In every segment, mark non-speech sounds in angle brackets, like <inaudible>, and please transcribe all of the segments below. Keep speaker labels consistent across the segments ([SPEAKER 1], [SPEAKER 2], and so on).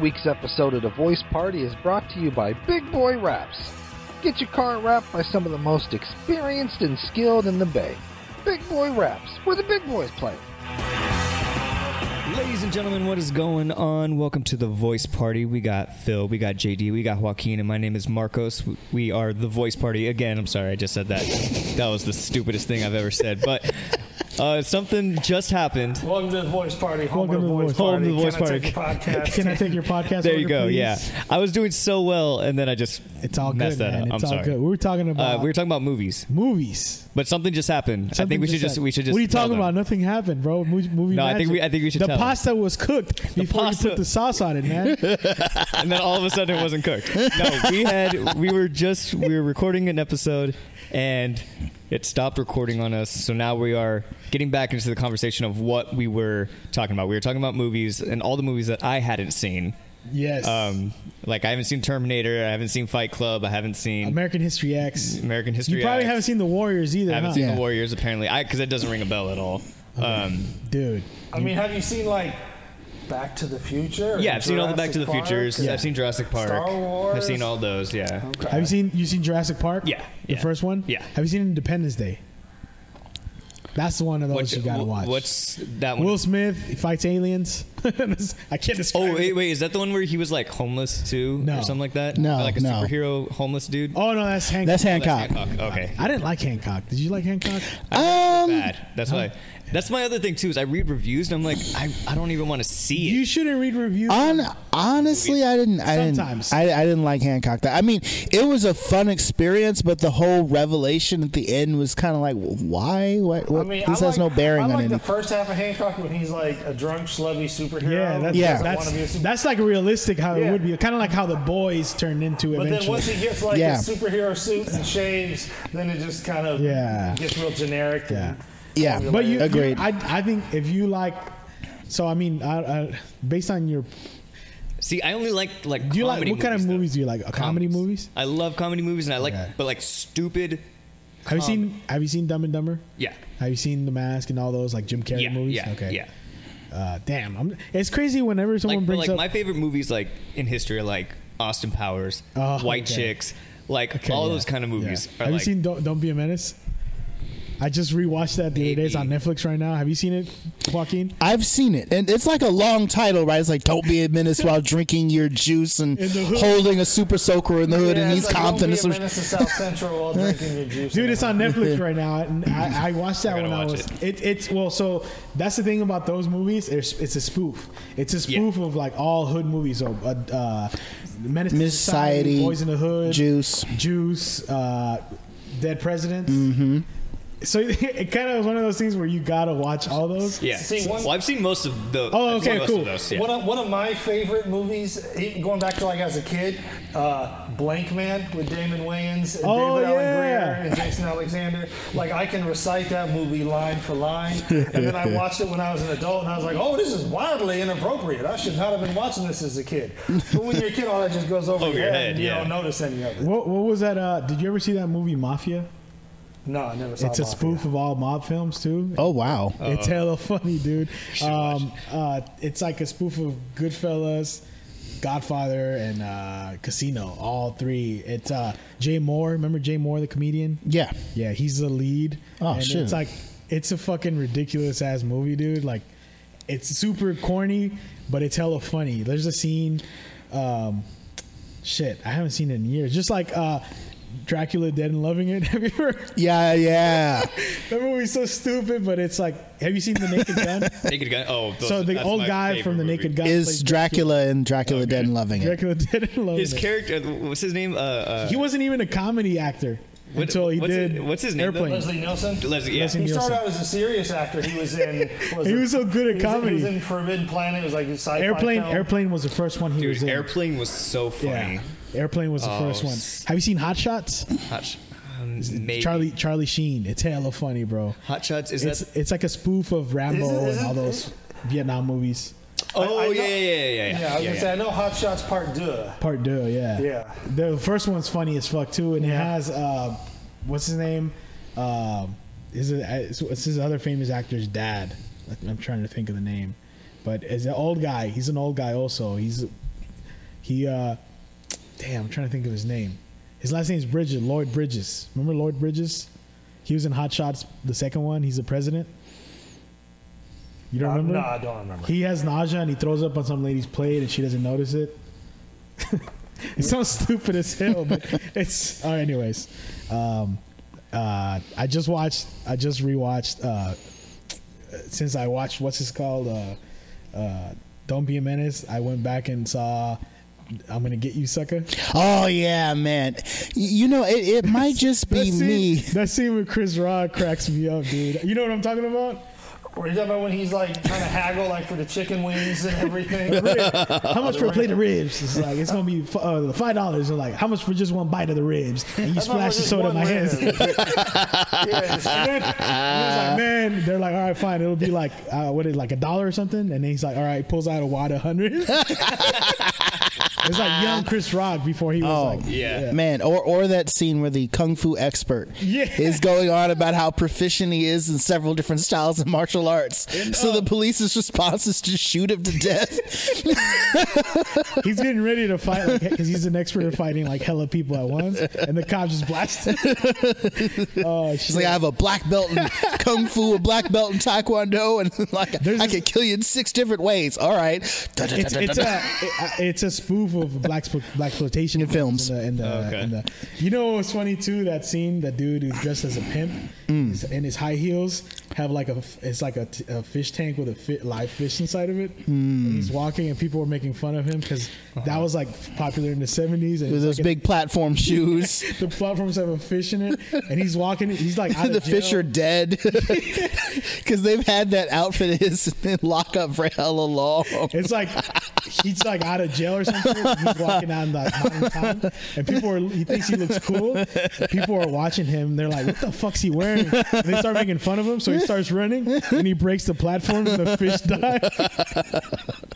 [SPEAKER 1] week's episode of The Voice Party is brought to you by Big Boy Wraps. Get your car wrapped by some of the most experienced and skilled in the Bay. Big Boy Wraps, where the big boys play.
[SPEAKER 2] Ladies and gentlemen, what is going on? Welcome to the Voice Party. We got Phil, we got JD, we got Joaquin, and my name is Marcos. We are the Voice Party again. I'm sorry, I just said that. that was the stupidest thing I've ever said. But <laughs> uh, something just happened.
[SPEAKER 3] Welcome to the voice party. Home
[SPEAKER 4] Welcome
[SPEAKER 3] of
[SPEAKER 4] to the
[SPEAKER 2] party.
[SPEAKER 4] voice
[SPEAKER 2] Home to the
[SPEAKER 3] Can
[SPEAKER 2] voice
[SPEAKER 3] I take a podcast.
[SPEAKER 4] Can I take your podcast?
[SPEAKER 2] There
[SPEAKER 4] order,
[SPEAKER 2] you go.
[SPEAKER 4] please?
[SPEAKER 2] Yeah, I was doing so well, and then I just
[SPEAKER 4] it's all
[SPEAKER 2] messed
[SPEAKER 4] good,
[SPEAKER 2] that
[SPEAKER 4] man.
[SPEAKER 2] up.
[SPEAKER 4] It's
[SPEAKER 2] I'm
[SPEAKER 4] all
[SPEAKER 2] sorry.
[SPEAKER 4] good. We were talking
[SPEAKER 2] Uh,
[SPEAKER 4] about
[SPEAKER 2] we were talking about movies,
[SPEAKER 4] movies.
[SPEAKER 2] but something just happened. I think we should just we should just.
[SPEAKER 4] What are you
[SPEAKER 2] tell
[SPEAKER 4] talking
[SPEAKER 2] them.
[SPEAKER 4] about? Nothing happened, bro. Movie, movie
[SPEAKER 2] No, I think
[SPEAKER 4] magic.
[SPEAKER 2] we- I think we should
[SPEAKER 4] The
[SPEAKER 2] tell them.
[SPEAKER 4] pasta was cooked before
[SPEAKER 2] pasta-
[SPEAKER 4] you put the sauce on it, man.
[SPEAKER 2] <laughs> and then all of a sudden it wasn't cooked. No, we had we were just we were recording an episode and it stopped recording on us. So now we are getting back into the conversation of what we were talking about. We were talking about movies and all the movies that I hadn't seen.
[SPEAKER 4] yes.
[SPEAKER 2] Um, like I haven't seen Terminator, I haven't seen Fight Club, I haven't seen
[SPEAKER 4] American History X.
[SPEAKER 2] American History.
[SPEAKER 4] You probably
[SPEAKER 2] X.
[SPEAKER 4] haven't seen the Warriors either,
[SPEAKER 2] I haven't
[SPEAKER 4] huh?
[SPEAKER 2] seen
[SPEAKER 5] Yeah.
[SPEAKER 2] The Warriors apparently. I because it doesn't ring a bell at all. Um,
[SPEAKER 4] dude.
[SPEAKER 3] I mean, have you seen like Back to the Future?
[SPEAKER 2] yeah, I've seen all the Back to the
[SPEAKER 3] Jurassic
[SPEAKER 2] Futures.
[SPEAKER 3] Park?
[SPEAKER 2] I've seen Jurassic Park.
[SPEAKER 3] Star
[SPEAKER 2] I've
[SPEAKER 3] Wars.
[SPEAKER 2] seen all those. Yeah.
[SPEAKER 3] Okay.
[SPEAKER 4] Have you seen you seen Jurassic Park?
[SPEAKER 2] Yeah,
[SPEAKER 4] The
[SPEAKER 2] yeah.
[SPEAKER 4] first one.
[SPEAKER 2] Yeah.
[SPEAKER 4] Have you seen Independence Day? That's one of those
[SPEAKER 2] What-
[SPEAKER 4] you gotta
[SPEAKER 2] wh-
[SPEAKER 4] watch.
[SPEAKER 2] What's that one?
[SPEAKER 4] Will Smith fights aliens. <laughs> I can't describe.
[SPEAKER 2] Oh
[SPEAKER 4] it.
[SPEAKER 2] wait, wait, is that the one where he was like homeless too,
[SPEAKER 4] No.
[SPEAKER 2] or something like that?
[SPEAKER 5] No,
[SPEAKER 2] like a
[SPEAKER 5] no.
[SPEAKER 2] superhero homeless dude.
[SPEAKER 4] Oh no, that's Hank.
[SPEAKER 5] That's
[SPEAKER 2] That's
[SPEAKER 5] Hancock.
[SPEAKER 2] Hancock. Okay,
[SPEAKER 4] I didn't like Hancock. Did you like Hancock?
[SPEAKER 5] Um,
[SPEAKER 2] bad. That's why. That's my other thing too is I read reviews and I'm like, I, I don't even want to see it.
[SPEAKER 4] You shouldn't read reviews.
[SPEAKER 5] on honestly, I didn't. I
[SPEAKER 4] Sometimes.
[SPEAKER 5] didn't. I, I didn't like Hancock. That I mean, it was a fun experience, but the whole revelation at the end was kind of like, why? What?
[SPEAKER 3] I
[SPEAKER 5] what
[SPEAKER 3] mean,
[SPEAKER 5] this
[SPEAKER 3] I like,
[SPEAKER 5] has no bearing
[SPEAKER 3] I like
[SPEAKER 5] on
[SPEAKER 3] the
[SPEAKER 5] anything.
[SPEAKER 3] first half of Hancock when he's like a drunk, schlubby superhero.
[SPEAKER 4] yeah, that's
[SPEAKER 3] who
[SPEAKER 5] Yeah.
[SPEAKER 3] doesn't
[SPEAKER 4] that's
[SPEAKER 3] wanna be a super-
[SPEAKER 4] that's like realistic how it
[SPEAKER 3] Yeah.
[SPEAKER 4] would be. Kind of like how the boys turned into
[SPEAKER 3] But then
[SPEAKER 4] eventually.
[SPEAKER 3] once he gets like
[SPEAKER 5] Yeah.
[SPEAKER 3] his superhero suit and shaves, then it just kind of
[SPEAKER 4] Yeah.
[SPEAKER 3] gets real generic.
[SPEAKER 4] Yeah.
[SPEAKER 5] yeah,
[SPEAKER 4] but you
[SPEAKER 5] agreed.
[SPEAKER 4] You, I I think if you like, so I mean, I, I, based on your,
[SPEAKER 2] see, I only like like.
[SPEAKER 4] do you like
[SPEAKER 2] comedy
[SPEAKER 4] what kind of
[SPEAKER 2] though.
[SPEAKER 4] movies do you like? Uh, Comedy movies.
[SPEAKER 2] I love comedy movies and I like,
[SPEAKER 4] Okay.
[SPEAKER 2] but like stupid.
[SPEAKER 4] Have you seen Have you seen Dumb and Dumber?
[SPEAKER 2] Yeah,
[SPEAKER 4] Have you seen The Mask and all those like Jim Carrey
[SPEAKER 2] yeah,
[SPEAKER 4] movies?
[SPEAKER 2] yeah,
[SPEAKER 4] okay.
[SPEAKER 2] yeah.
[SPEAKER 4] Uh, damn, I'm, it's crazy whenever someone
[SPEAKER 2] Like, but
[SPEAKER 4] brings
[SPEAKER 2] like
[SPEAKER 4] up
[SPEAKER 2] my favorite movies like in history are like Austin Powers,
[SPEAKER 4] Oh,
[SPEAKER 2] White
[SPEAKER 4] okay.
[SPEAKER 2] Chicks, like
[SPEAKER 4] Okay,
[SPEAKER 2] all
[SPEAKER 4] yeah.
[SPEAKER 2] those kind of movies.
[SPEAKER 4] Yeah.
[SPEAKER 2] Are
[SPEAKER 4] Have
[SPEAKER 2] like,
[SPEAKER 4] you seen Don't, Don't Be a Menace? I just rewatched that the other day. It's on
[SPEAKER 2] Maybe.
[SPEAKER 4] Netflix right now. Have you seen it, Joaquin?
[SPEAKER 5] I've seen it, and it's like a long title, right? It's like "Don't be a menace while drinking your juice and
[SPEAKER 4] In the hood.
[SPEAKER 5] holding a super soaker in the hood
[SPEAKER 3] Yeah,
[SPEAKER 5] in
[SPEAKER 3] it's
[SPEAKER 5] East
[SPEAKER 3] like, don't
[SPEAKER 5] Compton."
[SPEAKER 3] be
[SPEAKER 5] or
[SPEAKER 3] a
[SPEAKER 5] some-
[SPEAKER 3] menace to South Central
[SPEAKER 4] <laughs>
[SPEAKER 3] while drinking your juice.
[SPEAKER 4] Dude, it's on <laughs> Netflix right now. And I, I watched that
[SPEAKER 2] gotta
[SPEAKER 4] when I
[SPEAKER 2] watch
[SPEAKER 4] was. It. it's well, so that's the thing about those movies. It's, it's a spoof. It's a spoof of like all hood movies. So, uh, uh, Menace to
[SPEAKER 5] Miss
[SPEAKER 4] Society,
[SPEAKER 5] Society,
[SPEAKER 4] Boys in the Hood,
[SPEAKER 5] Juice.
[SPEAKER 4] Juice, uh, Dead Presidents. So <laughs> it, kind of was one of those things where you gotta watch all those.
[SPEAKER 2] Yeah.
[SPEAKER 3] See, one-
[SPEAKER 2] well, I've seen most of the.
[SPEAKER 4] Oh,
[SPEAKER 2] I've seen
[SPEAKER 4] okay,
[SPEAKER 2] most
[SPEAKER 4] cool.
[SPEAKER 2] Of those, yeah.
[SPEAKER 3] One of, one of my favorite movies, even going back to like as a kid, uh, Blank Man with Damon Wayans and
[SPEAKER 4] Oh,
[SPEAKER 3] David Allen
[SPEAKER 4] yeah.
[SPEAKER 3] Greer and Jason Alexander. Like I can recite that movie line for line. And
[SPEAKER 4] <laughs>
[SPEAKER 3] then I watched it when I was an adult, and I was like, "Oh, this is wildly inappropriate. I should not have been watching this as a kid." But when you're a kid, all that just goes over
[SPEAKER 2] Over
[SPEAKER 3] your
[SPEAKER 2] your
[SPEAKER 3] head,
[SPEAKER 2] head,
[SPEAKER 3] and you
[SPEAKER 2] yeah.
[SPEAKER 3] don't notice any of it.
[SPEAKER 4] What, what was that? Uh, did you ever see that movie Mafia?
[SPEAKER 3] No, I never saw.
[SPEAKER 4] It's a
[SPEAKER 3] Mafia.
[SPEAKER 4] spoof of all mob films too.
[SPEAKER 5] Oh wow!
[SPEAKER 4] It's hella funny, dude.
[SPEAKER 2] should watch
[SPEAKER 4] Um, uh, it's like a spoof of Goodfellas, Godfather, and uh, Casino. All three. It's uh, Jay Moore. Remember Jay Moore, the comedian?
[SPEAKER 5] Yeah,
[SPEAKER 4] Yeah, he's the lead.
[SPEAKER 5] Oh,
[SPEAKER 4] and
[SPEAKER 5] shit.
[SPEAKER 4] It's like it's a fucking ridiculous ass movie, dude. Like it's super corny, but it's hella funny. There's a scene. Um, shit, I haven't seen it in years. Just like uh, Dracula, Dead and Loving It. <laughs> Have you ever?
[SPEAKER 3] <laughs>
[SPEAKER 5] yeah, yeah.
[SPEAKER 4] That movie's so stupid, but it's like, have you seen The Naked Gun?
[SPEAKER 2] Naked Gun. Oh, <laughs> those,
[SPEAKER 4] so the
[SPEAKER 2] that's
[SPEAKER 4] old
[SPEAKER 2] my
[SPEAKER 4] guy
[SPEAKER 2] favorite
[SPEAKER 4] from The
[SPEAKER 2] movie.
[SPEAKER 4] Naked Gun
[SPEAKER 5] Is
[SPEAKER 4] plays
[SPEAKER 5] Dracula and Dracula Dead and loving it?
[SPEAKER 4] Dracula <laughs> did it alone.
[SPEAKER 2] His character. What's his name? Uh, uh,
[SPEAKER 4] He wasn't even a comedy actor
[SPEAKER 2] What-
[SPEAKER 4] until he
[SPEAKER 2] what's
[SPEAKER 4] did.
[SPEAKER 2] his- what's his name, though?
[SPEAKER 4] Airplane.
[SPEAKER 3] Leslie Nielsen.
[SPEAKER 2] Leslie. Yeah.
[SPEAKER 4] Leslie-
[SPEAKER 3] He started
[SPEAKER 4] Nielsen.
[SPEAKER 3] out as a serious actor. He was
[SPEAKER 4] <laughs>
[SPEAKER 3] in. Was
[SPEAKER 4] He
[SPEAKER 3] it-
[SPEAKER 4] was so good at
[SPEAKER 3] he was in-
[SPEAKER 4] comedy.
[SPEAKER 3] He was in Forbidden Planet. It was like a sci-fi
[SPEAKER 4] Airplane.
[SPEAKER 3] film.
[SPEAKER 4] Airplane was the first one he was
[SPEAKER 2] Dude,
[SPEAKER 4] in.
[SPEAKER 2] Airplane was so funny.
[SPEAKER 4] Yeah, Airplane was the
[SPEAKER 2] Oh,
[SPEAKER 4] first one.
[SPEAKER 2] s-
[SPEAKER 4] Have you seen Hot Shots?
[SPEAKER 2] Hot, Sh- um, maybe.
[SPEAKER 4] Charlie Charlie Sheen. It's hella funny, bro.
[SPEAKER 2] Hot Shots. Is
[SPEAKER 4] It's
[SPEAKER 2] that?
[SPEAKER 4] it's like a spoof of Rambo
[SPEAKER 3] Is it- is
[SPEAKER 4] and all
[SPEAKER 3] it-
[SPEAKER 4] those Vietnam movies.
[SPEAKER 2] Oh
[SPEAKER 3] I- I
[SPEAKER 2] yeah,
[SPEAKER 3] know-
[SPEAKER 2] yeah, yeah, yeah, yeah.
[SPEAKER 3] Yeah, I was gonna say I know Hot Shots Part Deux.
[SPEAKER 4] Part two, yeah.
[SPEAKER 3] Yeah.
[SPEAKER 4] The first one's funny as fuck too, and it
[SPEAKER 3] Yeah.
[SPEAKER 4] has uh, what's his name? Um, is it? It's, it's his other famous actor's dad. I'm trying to think of the name, but as an old guy, he's an old guy also. He's He, uh, damn, I'm trying to think of his name. His last name is Bridges, Lloyd Bridges. Remember Lloyd Bridges? He was in Hot Shots, the second one. He's the president. You don't
[SPEAKER 3] Uh,
[SPEAKER 4] remember?
[SPEAKER 3] No, I don't remember.
[SPEAKER 4] He has nausea and he throws up on some lady's plate and she doesn't notice it. <laughs> it sounds stupid as hell,
[SPEAKER 5] <laughs>
[SPEAKER 4] but it's. All right, anyways, um, uh, I just watched. I just rewatched. Uh, since I watched what's this called? Uh, uh, Don't be a menace. I went back and saw. I'm gonna get you, sucker.
[SPEAKER 5] Oh yeah, man. Y- You know, it, it might just
[SPEAKER 4] That
[SPEAKER 5] be
[SPEAKER 4] scene-
[SPEAKER 5] me.
[SPEAKER 4] That scene with Chris Rock cracks me up, dude. You know what I'm talking about?
[SPEAKER 3] Were you talking about when he's like trying to haggle like for the chicken wings and
[SPEAKER 4] <laughs>
[SPEAKER 3] everything?
[SPEAKER 4] How much for a plate of ribs? It's like it's gonna be uh, five dollars. Or like how much for just one bite of the ribs? And you
[SPEAKER 3] That's not
[SPEAKER 4] splash the
[SPEAKER 3] just
[SPEAKER 4] soda in
[SPEAKER 3] one
[SPEAKER 4] my
[SPEAKER 3] rib.
[SPEAKER 4] hands. <laughs>
[SPEAKER 3] yeah,
[SPEAKER 4] And then- and it's like, man, they're like, all right, fine. It'll be like uh, what is it, like a dollar or something. And then he's like, all right, pulls out a wad
[SPEAKER 3] <laughs>
[SPEAKER 4] of hundred. it's like young Chris Rock before he was
[SPEAKER 5] Oh,
[SPEAKER 4] like,
[SPEAKER 2] yeah.
[SPEAKER 5] Man, or or that scene where the kung fu expert
[SPEAKER 4] Yeah.
[SPEAKER 5] is going on about how proficient he is in several different styles of martial arts. so
[SPEAKER 4] uh,
[SPEAKER 5] the police's response is to shoot him to death.
[SPEAKER 4] he's getting ready to fight like because he's an expert at fighting like hella people at once. And the cop just blasts
[SPEAKER 3] <laughs>
[SPEAKER 4] him. oh shit!
[SPEAKER 5] She's like, I have a black
[SPEAKER 4] <laughs>
[SPEAKER 5] belt in kung fu, a black belt in taekwondo, and <laughs> like
[SPEAKER 4] There's
[SPEAKER 5] I
[SPEAKER 4] this-
[SPEAKER 5] could kill you in six different ways. All right, Da- da- da-
[SPEAKER 4] it's,
[SPEAKER 5] da-
[SPEAKER 4] it's
[SPEAKER 5] da-
[SPEAKER 4] a uh, it's a spoof of black black exploitation
[SPEAKER 5] films.
[SPEAKER 4] And the, and the,
[SPEAKER 2] Okay.
[SPEAKER 4] and the- you know what's funny too? That scene, that dude who's dressed as a pimp
[SPEAKER 5] Mm.
[SPEAKER 4] he's- and his high heels have like a f- it's like a, t- a fish tank with a fi- live fish inside of
[SPEAKER 5] Mm.
[SPEAKER 4] it. And he's walking and people were making fun of him because that was like popular in the seventies.
[SPEAKER 5] with those big platform shoes.
[SPEAKER 4] <laughs> the platforms have a fish in it, and he's walking. He's like out
[SPEAKER 5] <laughs> the
[SPEAKER 4] of jail.
[SPEAKER 5] fish are dead <laughs> because they've had that outfit is <laughs> in lockup for hella long.
[SPEAKER 4] It's like he's like out of jail or something. He's walking down the mountain town, and people are. He thinks he looks cool. People are watching him. They're like, "What the fuck's he wearing?" And they start making fun of him. So he starts running, and he breaks the platform, and the fish die. <laughs>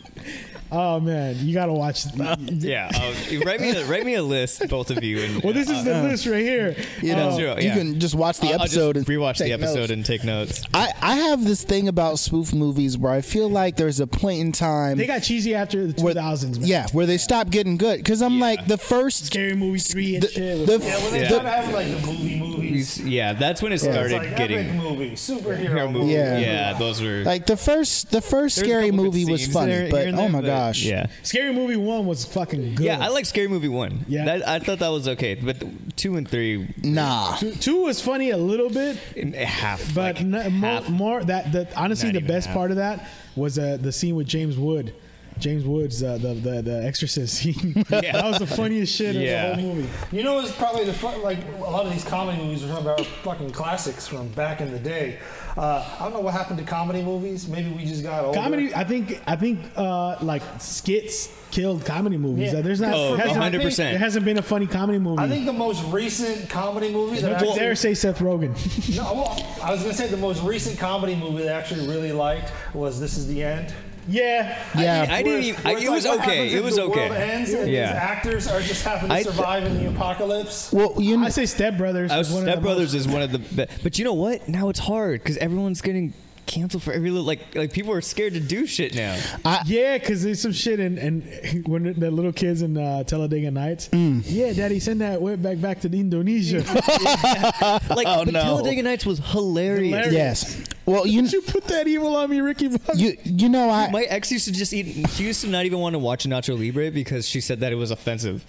[SPEAKER 4] oh man, you gotta watch.
[SPEAKER 2] Yeah, uh, write me a, write me a list, both of you. And,
[SPEAKER 4] Well, this is the list right here.
[SPEAKER 5] You know,
[SPEAKER 2] Oh, yeah.
[SPEAKER 5] you can just watch the
[SPEAKER 2] I'll- I'll just
[SPEAKER 5] episode and
[SPEAKER 2] rewatch the
[SPEAKER 5] take
[SPEAKER 2] episode
[SPEAKER 5] notes.
[SPEAKER 2] and take notes.
[SPEAKER 5] I, I have this thing about spoof movies where I feel like there's a point in time.
[SPEAKER 4] They got cheesy after the two
[SPEAKER 5] where-
[SPEAKER 4] thousands.
[SPEAKER 5] yeah, where they stop getting good. Because I'm
[SPEAKER 2] Yeah.
[SPEAKER 5] like the first.
[SPEAKER 4] scary movie three and
[SPEAKER 5] The,
[SPEAKER 4] shit.
[SPEAKER 5] the-
[SPEAKER 3] well, they
[SPEAKER 2] Yeah.
[SPEAKER 3] started having like the movie movies.
[SPEAKER 2] Yeah, that's when it started
[SPEAKER 3] It's like epic
[SPEAKER 2] getting.
[SPEAKER 3] movie, superhero
[SPEAKER 2] Hero
[SPEAKER 3] movie.
[SPEAKER 2] movie.
[SPEAKER 5] Yeah.
[SPEAKER 2] Yeah. those were.
[SPEAKER 5] like the first, the first
[SPEAKER 2] there's a
[SPEAKER 5] scary
[SPEAKER 2] couple good
[SPEAKER 5] movie was
[SPEAKER 2] scenes
[SPEAKER 5] funny,
[SPEAKER 2] there-
[SPEAKER 5] but
[SPEAKER 2] here and
[SPEAKER 5] oh
[SPEAKER 2] there,
[SPEAKER 5] my
[SPEAKER 2] but-
[SPEAKER 5] gosh,
[SPEAKER 2] Yeah.
[SPEAKER 4] scary movie one was fucking good.
[SPEAKER 2] Yeah, I like Scary Movie One.
[SPEAKER 4] Yeah.
[SPEAKER 2] that, I thought that was okay, but th- two and three,
[SPEAKER 5] nah,
[SPEAKER 4] Two- two was funny a little bit.
[SPEAKER 2] in- half.
[SPEAKER 4] But
[SPEAKER 2] like,
[SPEAKER 4] no, more,
[SPEAKER 2] half.
[SPEAKER 4] more that the honestly
[SPEAKER 2] Not
[SPEAKER 4] the
[SPEAKER 2] even
[SPEAKER 4] best
[SPEAKER 2] half.
[SPEAKER 4] part of that was uh, the scene with James Wood. James Woods, uh, the, the the Exorcist <laughs> scene.
[SPEAKER 2] <laughs> Yeah.
[SPEAKER 4] that was the funniest shit of
[SPEAKER 2] Yeah.
[SPEAKER 4] the whole movie.
[SPEAKER 3] You know, it's probably the fun, like a lot of these comedy movies are some of our fucking classics from back in the day. Uh, I don't know what happened to comedy movies. Maybe we just got older.
[SPEAKER 4] Comedy, I think, I think uh, like skits killed comedy movies.
[SPEAKER 3] Yeah.
[SPEAKER 4] Uh, There's not,
[SPEAKER 2] Oh,
[SPEAKER 4] it hasn't-
[SPEAKER 2] 100%.
[SPEAKER 4] It hasn't been a funny comedy movie.
[SPEAKER 3] I think the most recent comedy movie that
[SPEAKER 4] Don't
[SPEAKER 3] actually,
[SPEAKER 4] you dare say
[SPEAKER 3] <laughs>
[SPEAKER 4] Seth Rogen.
[SPEAKER 3] no, well, I was gonna say the most recent comedy movie that I actually really liked was This Is the End.
[SPEAKER 4] yeah,
[SPEAKER 5] yeah.
[SPEAKER 2] I
[SPEAKER 3] Where-
[SPEAKER 2] didn't. Even, I,
[SPEAKER 3] where it's
[SPEAKER 2] it
[SPEAKER 3] like
[SPEAKER 2] was
[SPEAKER 3] what
[SPEAKER 2] okay.
[SPEAKER 3] happens if
[SPEAKER 2] It was
[SPEAKER 3] the World
[SPEAKER 2] okay.
[SPEAKER 3] ends and
[SPEAKER 2] Yeah.
[SPEAKER 3] these actors are just having
[SPEAKER 2] I-
[SPEAKER 3] to survive in the apocalypse.
[SPEAKER 5] well, you know,
[SPEAKER 4] I say Step Brothers.
[SPEAKER 2] I was,
[SPEAKER 4] was one of
[SPEAKER 2] Step
[SPEAKER 4] the
[SPEAKER 2] Brothers is one of the best. But you know what? Now it's hard because everyone's getting canceled for every little like like people are scared to do shit now.
[SPEAKER 4] Most, yeah, because there's some shit in <laughs> and when the little kids in uh, Talladega Nights.
[SPEAKER 2] Mm.
[SPEAKER 4] Yeah, Daddy, send that whip back back to
[SPEAKER 2] <laughs>
[SPEAKER 4] Indonesia.
[SPEAKER 2] <laughs> Like
[SPEAKER 5] Oh,
[SPEAKER 2] but
[SPEAKER 5] no.
[SPEAKER 2] Talladega Nights was hilarious.
[SPEAKER 4] Hilarious.
[SPEAKER 5] yes, well, you,
[SPEAKER 4] you put that evil on me, Ricky? Bobby?
[SPEAKER 5] you, you know, I,
[SPEAKER 2] My ex used to just eat. She used to not even want to watch Nacho Libre because she said that it was offensive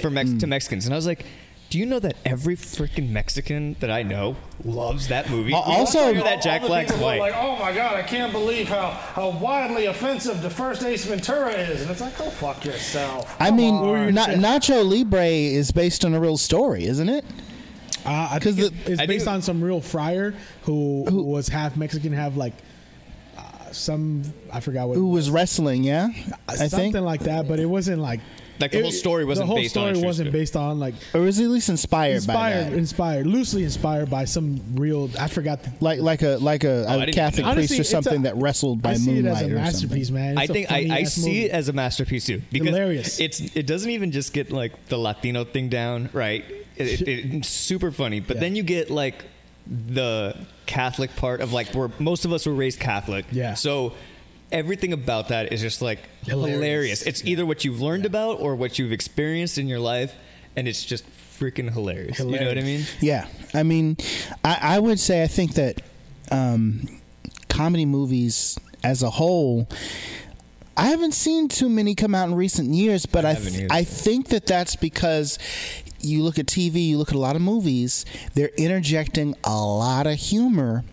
[SPEAKER 2] for Mex- to Mexicans, and I was like. Do you know that every freaking Mexican that I know loves that movie?
[SPEAKER 5] Al-
[SPEAKER 2] We all
[SPEAKER 5] also-
[SPEAKER 2] hear
[SPEAKER 3] All- all
[SPEAKER 2] that Jack
[SPEAKER 3] the
[SPEAKER 2] Black's
[SPEAKER 3] people are
[SPEAKER 2] white.
[SPEAKER 3] Like, oh my god, I can't believe how, how widely offensive the first Ace Ventura is, and it's like, go fuck yourself.
[SPEAKER 5] I mean,
[SPEAKER 4] Come on.
[SPEAKER 5] Na- Nacho Libre is based on a real story, isn't it?
[SPEAKER 4] Uh, I
[SPEAKER 5] 'Cause
[SPEAKER 4] think it-
[SPEAKER 5] the-
[SPEAKER 4] it's
[SPEAKER 2] I
[SPEAKER 4] based
[SPEAKER 2] think-
[SPEAKER 4] on some real friar who, who was half Mexican, half like uh, some I forgot what
[SPEAKER 5] Who was wrestling? Yeah, I
[SPEAKER 4] something
[SPEAKER 5] think,
[SPEAKER 4] like that, but it wasn't like
[SPEAKER 2] Like, the
[SPEAKER 4] it-
[SPEAKER 2] whole story wasn't
[SPEAKER 4] the whole
[SPEAKER 2] based on a
[SPEAKER 4] story
[SPEAKER 2] true
[SPEAKER 4] wasn't
[SPEAKER 2] story.
[SPEAKER 4] based on like
[SPEAKER 5] or was he at least inspired, by
[SPEAKER 4] inspired
[SPEAKER 5] that?
[SPEAKER 4] inspired loosely inspired by some real I forgot the,
[SPEAKER 5] Like like a like a,
[SPEAKER 2] Oh, I
[SPEAKER 5] a
[SPEAKER 2] didn't
[SPEAKER 5] Catholic
[SPEAKER 4] Honestly,
[SPEAKER 5] priest or
[SPEAKER 4] it's
[SPEAKER 5] something
[SPEAKER 4] a-
[SPEAKER 5] that wrestled by
[SPEAKER 4] I see it as
[SPEAKER 5] moonlight
[SPEAKER 4] a
[SPEAKER 5] or something.
[SPEAKER 4] masterpiece, man.
[SPEAKER 2] I
[SPEAKER 4] It's a
[SPEAKER 2] think I, I
[SPEAKER 4] funny-ass
[SPEAKER 2] see
[SPEAKER 4] movie.
[SPEAKER 2] it as a masterpiece too because
[SPEAKER 4] Hilarious.
[SPEAKER 2] It's it doesn't even just get like the Latino thing down right. It, it, it's super funny, but
[SPEAKER 4] Yeah.
[SPEAKER 2] then you get like the Catholic part of like where most of us were raised Catholic.
[SPEAKER 4] Yeah.
[SPEAKER 2] So everything about that is just like hilarious.
[SPEAKER 4] Hilarious.
[SPEAKER 2] It's either what you've learned about or what you've experienced in your life, and it's just freaking hilarious. You know what I mean?
[SPEAKER 5] Yeah, I mean, I, I would say I think that um, comedy movies as a whole, I haven't seen too many come out in recent years, but I I,
[SPEAKER 2] haven't
[SPEAKER 5] th-
[SPEAKER 2] either.
[SPEAKER 5] I think that that's because you look at TV, you look at a lot of movies, they're interjecting a lot of humor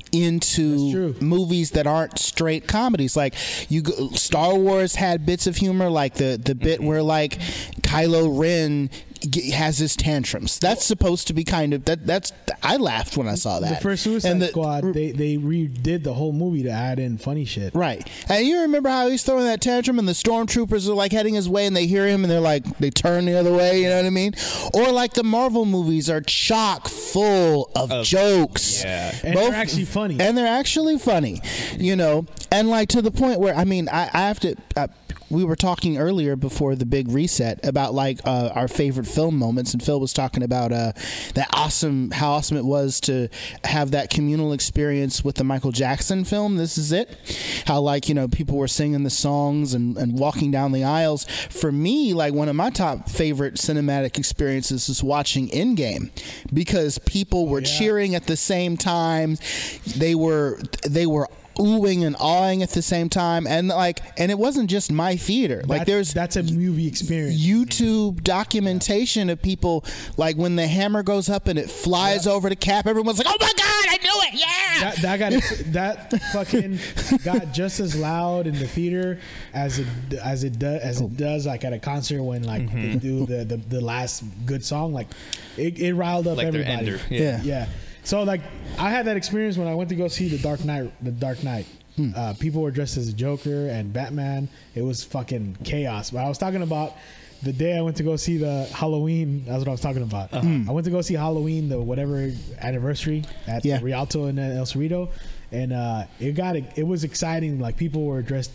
[SPEAKER 4] That's
[SPEAKER 5] into
[SPEAKER 4] true.
[SPEAKER 5] movies that aren't straight comedies. Like you, go, Star Wars had bits of humor, like the the bit
[SPEAKER 2] Mm-hmm.
[SPEAKER 5] where like Kylo Ren g- has his tantrums. That's supposed to be kind of that. That's I laughed when I saw that.
[SPEAKER 4] The first Suicide
[SPEAKER 5] And the-
[SPEAKER 4] Squad, they they redid the whole movie to add in funny shit.
[SPEAKER 5] Right. And you remember how he's throwing that tantrum and the stormtroopers are like heading his way and they hear him and they're like, they turn the other way, you know what I mean? Or like the Marvel movies are chock full of jokes.
[SPEAKER 2] yeah.
[SPEAKER 4] And they're actually funny.
[SPEAKER 5] And they're actually funny, you know? And like to the point where, I mean, I, I have to. I, we were talking earlier before the big reset about like uh, our favorite film moments, and Phil was talking about uh, that awesome, how awesome it was to have that communal experience with the Michael Jackson film. This is it. How like you know people were singing the songs and, and walking down the aisles. For me, like one of my top favorite cinematic experiences is watching Endgame because
[SPEAKER 4] Oh,
[SPEAKER 5] people were cheering at the same time. They were they were oohing and awing at the same time and like and it wasn't just my theater like
[SPEAKER 4] That's-
[SPEAKER 5] there's
[SPEAKER 4] that's a movie experience.
[SPEAKER 5] youtube documentation of people like when the hammer goes up and it flies over the cap everyone's like oh my god i knew it yeah
[SPEAKER 4] that, that got that fucking got just as loud in the theater as it as it does as it does like at a concert when like they
[SPEAKER 2] Mm-hmm.
[SPEAKER 4] do the, the the last good song like it, it riled up
[SPEAKER 2] Like their
[SPEAKER 4] everybody
[SPEAKER 2] ender.
[SPEAKER 5] yeah, yeah.
[SPEAKER 4] yeah so like I had that experience when I went to go see the Dark Knight the Dark Knight
[SPEAKER 2] Hmm.
[SPEAKER 4] uh, people were dressed as Joker and Batman it was fucking chaos but I was talking about the day I went to go see the Halloween, that's what I was talking about.
[SPEAKER 2] Uh-huh.
[SPEAKER 4] I went to go see Halloween, the whatever anniversary at
[SPEAKER 5] Yeah.
[SPEAKER 4] the Rialto and El Cerrito, and uh, it got it was exciting. Like people were dressed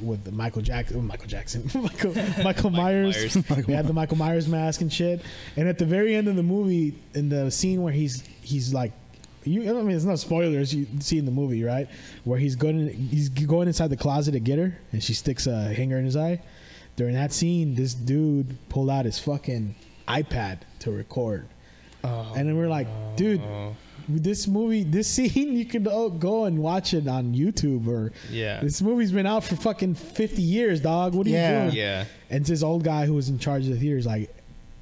[SPEAKER 4] with the Michael Jackson, Michael Jackson, <laughs> Michael, Michael Myers.
[SPEAKER 2] Myers.
[SPEAKER 4] <laughs> they had the Michael Myers mask and shit. And at the very end of the movie, in the scene where he's he's like. You, I mean, it's not spoilers. You see in the movie, right, where he's going, he's going inside the closet to get her, and she sticks a hanger in his eye. During that scene, this dude pulled out his fucking iPad to record, and then we're like, dude, this movie, this <laughs> scene, you could oh, go and watch it on YouTube or
[SPEAKER 2] Yeah.
[SPEAKER 4] This movie's been out for fucking fifty years, dog. What are
[SPEAKER 5] Yeah.
[SPEAKER 4] you doing?
[SPEAKER 2] Yeah.
[SPEAKER 4] And this old guy who was in charge of the theater is like,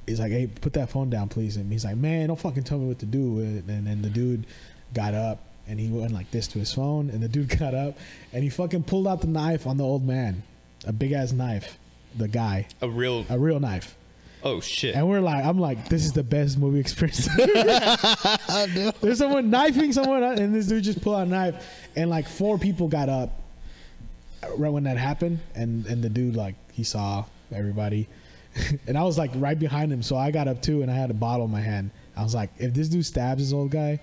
[SPEAKER 4] he's like, hey, put that phone down, please. And he's like, man, don't fucking tell me what to do. with it." And then the dude got up and he went like this to his phone, and the dude <laughs> got up and he fucking pulled out the knife on the old man, a big ass knife, the guy,
[SPEAKER 2] A real
[SPEAKER 4] a real knife.
[SPEAKER 2] oh shit.
[SPEAKER 4] And we're like, I'm like, this is the best movie experience. <laughs> There's someone knifing someone, and this dude just pulled out a knife, and like four people got up right when that happened, and and the dude like he saw everybody, <laughs> and I was like right behind him, so I got up too, and I had a bottle in my hand. I was like, if this dude stabs this old guy,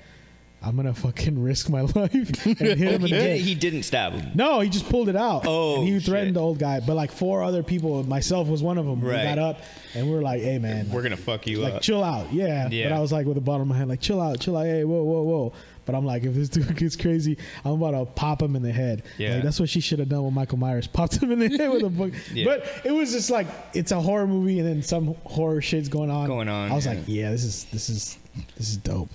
[SPEAKER 4] I'm gonna fucking <laughs> risk my life and hit
[SPEAKER 2] <laughs>
[SPEAKER 4] him
[SPEAKER 2] he,
[SPEAKER 4] in the head.
[SPEAKER 2] did, he didn't stab him.
[SPEAKER 4] No, he just pulled it out.
[SPEAKER 2] Oh,
[SPEAKER 4] and he threatened
[SPEAKER 2] shit.
[SPEAKER 4] the old guy, but like four other people, myself was one of them.
[SPEAKER 2] Right.
[SPEAKER 4] We got up and we were like, "Hey, man,
[SPEAKER 2] We're gonna fuck you
[SPEAKER 4] like
[SPEAKER 2] up.
[SPEAKER 4] chill out, yeah.
[SPEAKER 2] Yeah.
[SPEAKER 4] But I was like with the bottom of my head, like chill out, chill out, hey, whoa, whoa, whoa. But I'm like, if this dude gets crazy, I'm about to pop him in the head.
[SPEAKER 2] Yeah.
[SPEAKER 4] Like, that's what she should have done with Michael Myers. <laughs> Popped him in the head with a book.
[SPEAKER 2] Yeah.
[SPEAKER 4] But it was just like it's a horror movie, and then some horror shit's going on.
[SPEAKER 2] Going on,
[SPEAKER 4] I was
[SPEAKER 2] yeah.
[SPEAKER 4] like, yeah, this is this is this
[SPEAKER 2] <laughs>
[SPEAKER 4] is dope.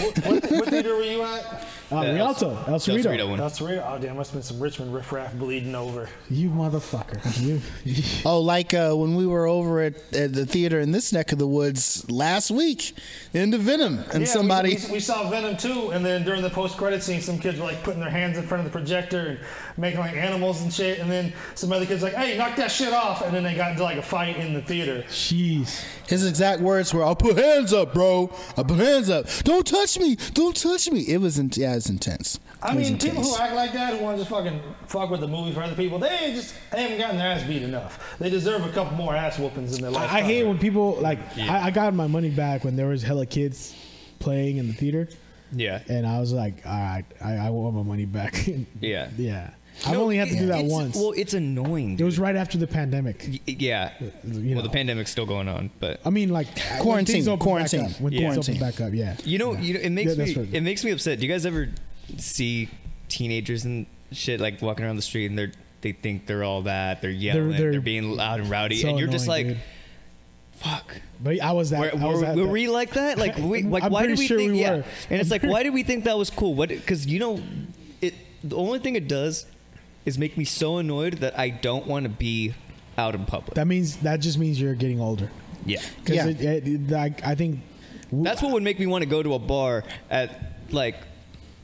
[SPEAKER 3] what, <laughs> what theater were you at?
[SPEAKER 4] Uh,
[SPEAKER 2] El-
[SPEAKER 4] Rialto, El
[SPEAKER 2] Del
[SPEAKER 4] Cerrito.
[SPEAKER 2] Cerrito one.
[SPEAKER 3] That's real. Oh damn, must have been some Richmond riffraff bleeding over.
[SPEAKER 4] You motherfucker. You,
[SPEAKER 5] oh like uh, when we were over at, at the theater in this neck of the woods last week into venom and
[SPEAKER 3] Yeah,
[SPEAKER 5] somebody
[SPEAKER 3] We, we, we saw Venom 2, and then during the post credit scene, some kids were like putting their hands in front of the projector and making like animals and shit. And then some other kids like, hey, knock that shit off. And then they got into like a fight in the theater.
[SPEAKER 4] jeez.
[SPEAKER 5] His exact words were, "I'll put hands up, bro. I'll put hands up. Don't touch me. Don't touch me." It was in- yeah, it's intense.
[SPEAKER 3] I
[SPEAKER 5] It was
[SPEAKER 3] mean, people
[SPEAKER 5] intense.
[SPEAKER 3] who act like that, who want to fucking fuck with the movie for other people, they just they haven't gotten their ass beat enough. They deserve a couple more ass whoopings in their life.
[SPEAKER 4] I, I hate when people like I, I got my money back when there was hella kids playing in the theater,
[SPEAKER 2] Yeah.
[SPEAKER 4] and I was like, all right, I, I want my money back. <laughs>
[SPEAKER 2] Yeah.
[SPEAKER 4] yeah. I've only had to do that
[SPEAKER 2] It's-
[SPEAKER 4] once.
[SPEAKER 2] Well, it's annoying.
[SPEAKER 4] it
[SPEAKER 2] dude.
[SPEAKER 4] was right after the pandemic.
[SPEAKER 2] Y- yeah.
[SPEAKER 4] you
[SPEAKER 2] well,
[SPEAKER 4] know. Uh,
[SPEAKER 2] the pandemic's still going on, but
[SPEAKER 4] I mean, like when
[SPEAKER 5] Quarantine,
[SPEAKER 4] things open
[SPEAKER 5] quarantine,
[SPEAKER 4] back up, when
[SPEAKER 5] Yeah.
[SPEAKER 4] things open back up. Yeah,
[SPEAKER 2] You know, you know, it makes
[SPEAKER 4] Yeah,
[SPEAKER 2] me
[SPEAKER 4] that's right.
[SPEAKER 2] it makes me upset. Do you guys ever see teenagers in shit like walking around the street and they're they think they're all that. They're yelling. They're,
[SPEAKER 4] they're
[SPEAKER 2] being loud and rowdy,
[SPEAKER 4] so
[SPEAKER 2] and you're just like,
[SPEAKER 4] annoying,
[SPEAKER 2] fuck.
[SPEAKER 4] But I was that.
[SPEAKER 2] Were,
[SPEAKER 4] I was
[SPEAKER 2] were,
[SPEAKER 4] at
[SPEAKER 2] were
[SPEAKER 4] that-
[SPEAKER 2] we like that? Like,
[SPEAKER 4] <laughs>
[SPEAKER 2] we, like
[SPEAKER 4] I'm
[SPEAKER 2] why did
[SPEAKER 4] pretty
[SPEAKER 2] we
[SPEAKER 4] sure
[SPEAKER 2] think?
[SPEAKER 4] we
[SPEAKER 2] yeah,
[SPEAKER 4] were.
[SPEAKER 2] and it's like, why did we think that was cool? What? Because you know, it. The only thing it does is make me so annoyed that I don't want to be out in public.
[SPEAKER 4] That means that just means you're getting older.
[SPEAKER 2] yeah,
[SPEAKER 4] Because
[SPEAKER 5] Yeah.
[SPEAKER 4] it, it, it- like, I think w-
[SPEAKER 2] that's what would make me want to go to a bar at like.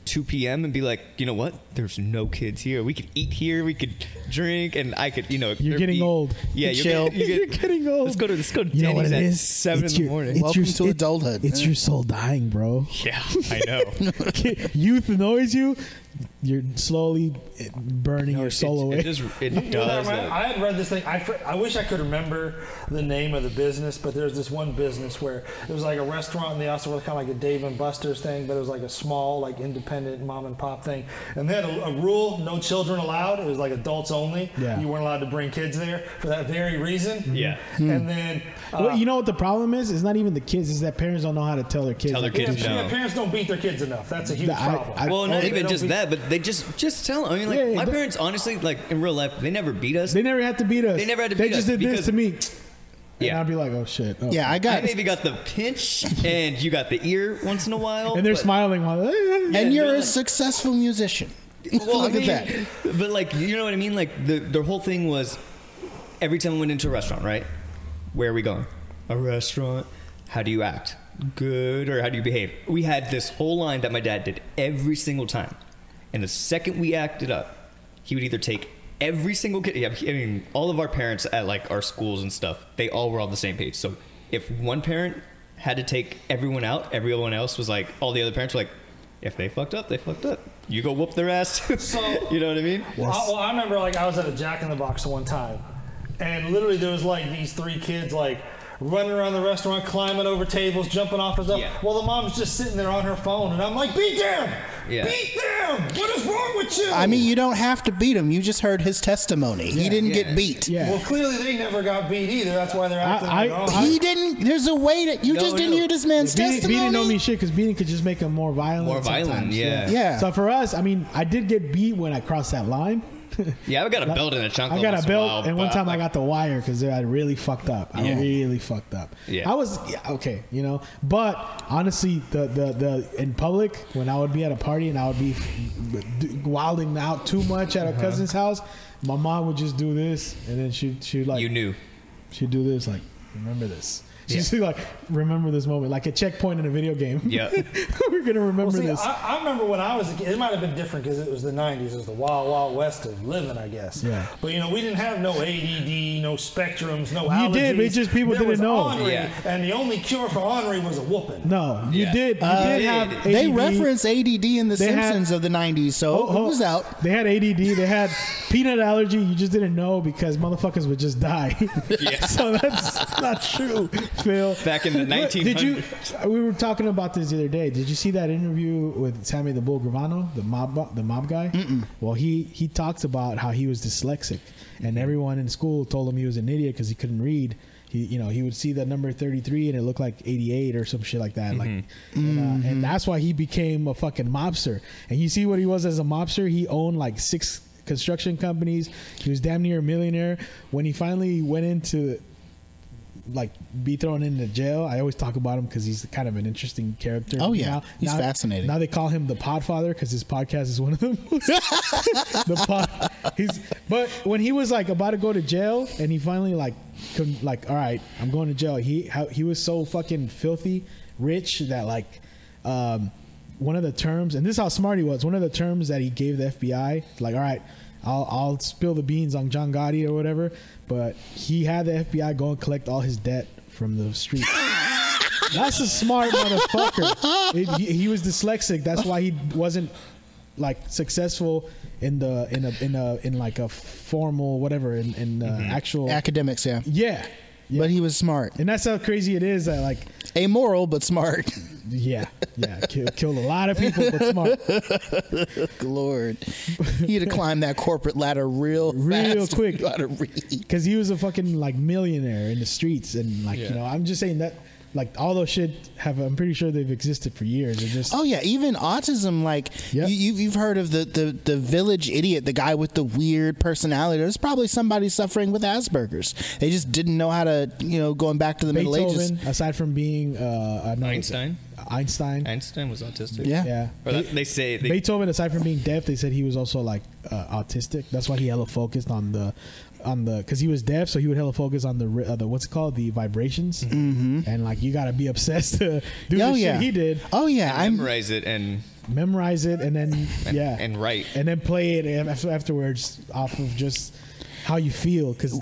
[SPEAKER 2] 2 p.m. and be like, you know what? There's no kids here. We could eat here. We could drink, and I could, you know,
[SPEAKER 4] You're
[SPEAKER 2] there'd
[SPEAKER 4] getting
[SPEAKER 2] be-
[SPEAKER 4] old.
[SPEAKER 2] Yeah,
[SPEAKER 5] You
[SPEAKER 2] you're,
[SPEAKER 5] chill.
[SPEAKER 2] Getting, you're,
[SPEAKER 4] <laughs> You're
[SPEAKER 2] get-
[SPEAKER 4] getting old.
[SPEAKER 2] Let's go to let's go to
[SPEAKER 4] you know what
[SPEAKER 2] Denny's
[SPEAKER 4] it
[SPEAKER 2] at
[SPEAKER 4] is.
[SPEAKER 2] seven
[SPEAKER 4] It's
[SPEAKER 2] in the
[SPEAKER 4] your-
[SPEAKER 2] morning.
[SPEAKER 4] it's <laughs>
[SPEAKER 5] Welcome
[SPEAKER 4] your-
[SPEAKER 5] to
[SPEAKER 4] it-
[SPEAKER 5] adulthood.
[SPEAKER 4] It's your soul dying, bro.
[SPEAKER 2] yeah, I <laughs> know.
[SPEAKER 4] <laughs> Youth annoys you. You're slowly burning your soul
[SPEAKER 2] it,
[SPEAKER 4] away. <laughs>
[SPEAKER 2] It, just, it
[SPEAKER 3] You know what I
[SPEAKER 2] does.
[SPEAKER 3] remember?
[SPEAKER 2] though.
[SPEAKER 3] I had read this thing. I, fr- I wish I could remember the name of the business, but there's this one business where it was like a restaurant, and they also were kind of like a Dave and Buster's thing, but it was like a small, like independent mom and pop thing. And they had a, a rule: no children allowed. It was like adults only.
[SPEAKER 4] Yeah.
[SPEAKER 3] You weren't allowed to bring kids there for that very reason.
[SPEAKER 2] Yeah.
[SPEAKER 3] And then uh,
[SPEAKER 4] well, you know what the problem is? It's not even the kids. It's that parents don't know how to tell their kids.
[SPEAKER 2] Tell their
[SPEAKER 4] like,
[SPEAKER 2] kids
[SPEAKER 4] "Dude,
[SPEAKER 2] no.
[SPEAKER 3] yeah, parents don't beat their kids enough. That's a huge
[SPEAKER 4] I-
[SPEAKER 3] problem.
[SPEAKER 4] I-
[SPEAKER 2] Well, not
[SPEAKER 3] They
[SPEAKER 2] even
[SPEAKER 3] don't
[SPEAKER 2] just
[SPEAKER 3] beat-
[SPEAKER 2] that, but they just just tell. I mean, like
[SPEAKER 4] Yeah, yeah,
[SPEAKER 2] my
[SPEAKER 4] they-
[SPEAKER 2] parents, honestly, like in real life, they never beat us.
[SPEAKER 4] They never had to beat us.
[SPEAKER 2] They never had to
[SPEAKER 4] They
[SPEAKER 2] beat
[SPEAKER 4] just
[SPEAKER 2] us
[SPEAKER 4] did this
[SPEAKER 2] because-
[SPEAKER 4] to me. And
[SPEAKER 2] yeah.
[SPEAKER 4] I'd be like, oh shit. Oh.
[SPEAKER 5] Yeah, I
[SPEAKER 2] I
[SPEAKER 5] got.
[SPEAKER 2] maybe got the pinch, and you got the ear once in a while.
[SPEAKER 4] And they're
[SPEAKER 2] but-
[SPEAKER 4] smiling while.
[SPEAKER 5] and you're
[SPEAKER 2] they're
[SPEAKER 5] a
[SPEAKER 2] like-
[SPEAKER 5] successful musician.
[SPEAKER 2] <laughs> Well,
[SPEAKER 5] Look
[SPEAKER 2] I mean,
[SPEAKER 5] at that.
[SPEAKER 2] But like, you know what I mean? Like the their whole thing was every time we went into a restaurant, right? Where are we going? A restaurant. How do you act? Good or how do you behave? We had this whole line that my dad did every single time, and the second we acted up, he would either take every single kid. Yeah, I mean, all of our parents at like our schools and stuff, they all were on the same page. So if one parent had to take everyone out, everyone else was like, all the other parents were like, if they fucked up, they fucked up. You go whoop their ass. <laughs> too.
[SPEAKER 3] So-
[SPEAKER 2] you know what I mean?
[SPEAKER 3] Well, I, well, I remember like I was at a Jack in the Box one time, and literally there was like these three kids like running around the restaurant, climbing over tables, jumping off and stuff.
[SPEAKER 2] Yeah.
[SPEAKER 3] Well, the mom's just sitting there on her phone, and I'm like, beat them,
[SPEAKER 2] Yeah.
[SPEAKER 3] beat them. What is wrong with you?
[SPEAKER 5] I mean, you don't have to beat him. You just heard his testimony. he didn't
[SPEAKER 2] yeah.
[SPEAKER 5] get beat.
[SPEAKER 4] Yeah.
[SPEAKER 3] well, clearly they never got beat either. That's why they're acting.
[SPEAKER 4] I-
[SPEAKER 3] like,
[SPEAKER 4] I-
[SPEAKER 3] oh.
[SPEAKER 5] He didn't. There's a way that you
[SPEAKER 2] No,
[SPEAKER 5] just didn't
[SPEAKER 2] no.
[SPEAKER 5] hear this man's
[SPEAKER 4] Beating,
[SPEAKER 5] testimony.
[SPEAKER 4] beating don't mean shit because beating could just make them more violent.
[SPEAKER 2] More violent,
[SPEAKER 4] sometimes.
[SPEAKER 2] yeah.
[SPEAKER 5] Yeah.
[SPEAKER 4] So for us, I mean, I did get beat when I crossed that line. <laughs>
[SPEAKER 2] Yeah, I got a belt and a chunk.
[SPEAKER 4] I got
[SPEAKER 2] once
[SPEAKER 4] a
[SPEAKER 2] in
[SPEAKER 4] belt,
[SPEAKER 2] while,
[SPEAKER 4] and one
[SPEAKER 2] but,
[SPEAKER 4] time I
[SPEAKER 2] like,
[SPEAKER 4] got the wire because I really fucked up. I
[SPEAKER 2] Yeah.
[SPEAKER 4] really fucked up.
[SPEAKER 2] Yeah.
[SPEAKER 4] I was yeah, okay, you know. But honestly, the the the in public when I would be at a party and I would be d- wilding out too much
[SPEAKER 3] Uh-huh.
[SPEAKER 4] at a cousin's house, my mom would just do this, and then she she like
[SPEAKER 2] You knew.
[SPEAKER 4] she'd do this like remember this. She's like, remember this moment, like a checkpoint in a video game.
[SPEAKER 2] Yeah.
[SPEAKER 4] <laughs> we're gonna
[SPEAKER 3] Well,
[SPEAKER 4] remember
[SPEAKER 3] see,
[SPEAKER 4] this.
[SPEAKER 3] I, I remember when I was a kid, it might have been different because it was the 90s. It was the wild, wild west of living, I guess.
[SPEAKER 4] Yeah.
[SPEAKER 3] But, you know, we didn't have no ADD, no spectrums, no
[SPEAKER 4] You
[SPEAKER 3] allergies.
[SPEAKER 4] did, but it's just people
[SPEAKER 3] There
[SPEAKER 4] didn't
[SPEAKER 3] was
[SPEAKER 4] know.
[SPEAKER 3] Ornery,
[SPEAKER 2] Yeah.
[SPEAKER 3] And the only cure for ornery was a whooping.
[SPEAKER 4] no, you
[SPEAKER 2] Yeah.
[SPEAKER 4] did. You
[SPEAKER 2] Uh,
[SPEAKER 4] did
[SPEAKER 2] did.
[SPEAKER 4] have. ADD.
[SPEAKER 5] They reference ADD in The
[SPEAKER 4] They had-
[SPEAKER 5] Simpsons of the 90s, so
[SPEAKER 4] Oh, oh,
[SPEAKER 5] it was out.
[SPEAKER 4] They had ADD. They had peanut allergy. You just didn't know because motherfuckers would just die.
[SPEAKER 2] Yeah.
[SPEAKER 4] <laughs> so that's not true, Phil.
[SPEAKER 2] Back in the
[SPEAKER 4] Look,
[SPEAKER 2] 1900s.
[SPEAKER 4] Did you? We were talking about this the other day. Did you see that interview with Sammy the Bull Gravano, the mob, the mob guy? Well, he he talked about how he was dyslexic, and everyone in school told him he was an idiot because he couldn't read. He, you know, he would see the number 33 and it looked like 88 or some shit like that. Like,
[SPEAKER 2] Mm-hmm.
[SPEAKER 4] and, uh, and that's why he became a fucking mobster. And you see what he was as a mobster? He owned like six construction companies. He was damn near a millionaire. When he finally went into like be thrown into jail. I always talk about him because he's kind of an interesting character.
[SPEAKER 5] Oh, yeah. He's fascinating.
[SPEAKER 4] Now they call him the Podfather because his podcast is one of <laughs> them.
[SPEAKER 5] <laughs>
[SPEAKER 4] <laughs> the pod. He's but when he was like about to go to jail and he finally like com- like all right, I'm going to jail. He how, he was so fucking filthy rich that like um, one of the terms and this is how smart he was. One of the terms that he gave the FBI like all right. I'll, I'll spill the beans on John Gotti or whatever, but he had the FBI go and collect all his debt from the street. That's a <laughs> smart motherfucker. It, he, he was dyslexic. That's why he wasn't like successful in the in a in a in like a formal whatever in in uh, actual
[SPEAKER 5] Academics, yeah.
[SPEAKER 4] yeah. yeah.
[SPEAKER 5] But he was smart.
[SPEAKER 4] and that's how crazy it is that like
[SPEAKER 5] Amoral,
[SPEAKER 4] <laughs>
[SPEAKER 5] but smart.
[SPEAKER 4] yeah yeah kill, killed a lot of people but smart
[SPEAKER 5] Lord. He'd have climbed that corporate ladder real,
[SPEAKER 4] Real
[SPEAKER 5] fast <laughs> if
[SPEAKER 4] quick.
[SPEAKER 5] he knew how to read.
[SPEAKER 4] because he was a fucking like millionaire in the streets and like you know I'm just saying that Like all those shit have. I'm pretty sure they've existed for years. They're just
[SPEAKER 5] Oh yeah, even autism. Like
[SPEAKER 4] Yep.
[SPEAKER 5] you, you've you've heard of the, the the village idiot, the guy with the weird personality. There's probably somebody suffering with Asperger's. They just didn't know how to, you know, going back to the Middle Ages.
[SPEAKER 4] Beethoven. Aside from being uh, I know-
[SPEAKER 2] Einstein?
[SPEAKER 4] Einstein.
[SPEAKER 2] Einstein was autistic.
[SPEAKER 5] Yeah.
[SPEAKER 4] Yeah.
[SPEAKER 2] Or that- they say they,
[SPEAKER 4] Beethoven, aside from being deaf, they said he was also like uh, autistic. That's why he hella focused on the, on the, because he was deaf, so he would hella focus on the, ri- uh, the what's it called, the vibrations, mm-hmm. and like you gotta be <laughs> obsessed to do
[SPEAKER 5] Oh
[SPEAKER 4] the
[SPEAKER 5] yeah,
[SPEAKER 4] shit he did,
[SPEAKER 5] Oh yeah, I'm.
[SPEAKER 2] memorize it and,
[SPEAKER 4] memorize it, and then
[SPEAKER 2] and
[SPEAKER 4] yeah,
[SPEAKER 2] and write.
[SPEAKER 4] and then play it af- afterwards off of just how you feel, because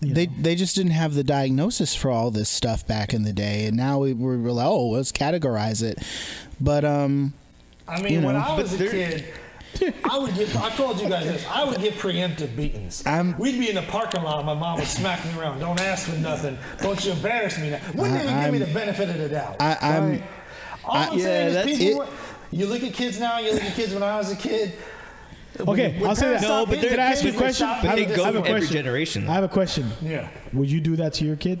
[SPEAKER 5] They, they just didn't have the diagnosis for all this stuff back in the day, and now we were like, oh, let's categorize it. But um,
[SPEAKER 3] I mean,
[SPEAKER 5] You
[SPEAKER 3] when
[SPEAKER 5] know.
[SPEAKER 3] I was a
[SPEAKER 2] there-
[SPEAKER 3] kid,
[SPEAKER 4] <laughs>
[SPEAKER 3] I would get. I told you guys this. I would get preemptive beatings.
[SPEAKER 5] I'm-
[SPEAKER 3] We'd be in the parking lot. and My mom would smack me around. Don't ask for nothing. Don't you embarrass me now. Wouldn't
[SPEAKER 5] I-
[SPEAKER 3] even give me
[SPEAKER 5] I'm-
[SPEAKER 3] the benefit of the doubt.
[SPEAKER 5] I, I'm
[SPEAKER 3] All
[SPEAKER 5] I-
[SPEAKER 3] I, am
[SPEAKER 5] yeah,
[SPEAKER 3] saying is
[SPEAKER 5] that's
[SPEAKER 3] people.
[SPEAKER 5] it.
[SPEAKER 3] were- you look at kids now. You look at kids when I was a kid.
[SPEAKER 4] Okay, I'll say that.
[SPEAKER 2] No, but
[SPEAKER 4] Can I ask you a
[SPEAKER 2] they-
[SPEAKER 4] question?
[SPEAKER 2] but
[SPEAKER 4] I have
[SPEAKER 2] they
[SPEAKER 4] a-
[SPEAKER 2] go
[SPEAKER 4] I have a
[SPEAKER 2] every
[SPEAKER 4] question.
[SPEAKER 2] generation.
[SPEAKER 4] I have a question.
[SPEAKER 3] Yeah.
[SPEAKER 4] Would you do that to your kid?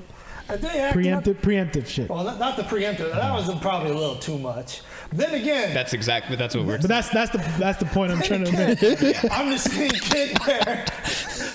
[SPEAKER 3] If they act up-
[SPEAKER 4] Preemptive, preemptive shit.
[SPEAKER 3] Well, not, not the preemptive. That was probably a little too much. Then again,
[SPEAKER 2] That's exactly that's what we're.
[SPEAKER 4] But that's that's the that's the point I'm
[SPEAKER 2] <laughs>
[SPEAKER 4] trying to
[SPEAKER 3] <laughs>
[SPEAKER 4] make.
[SPEAKER 3] I'm just saying, kid there. <laughs>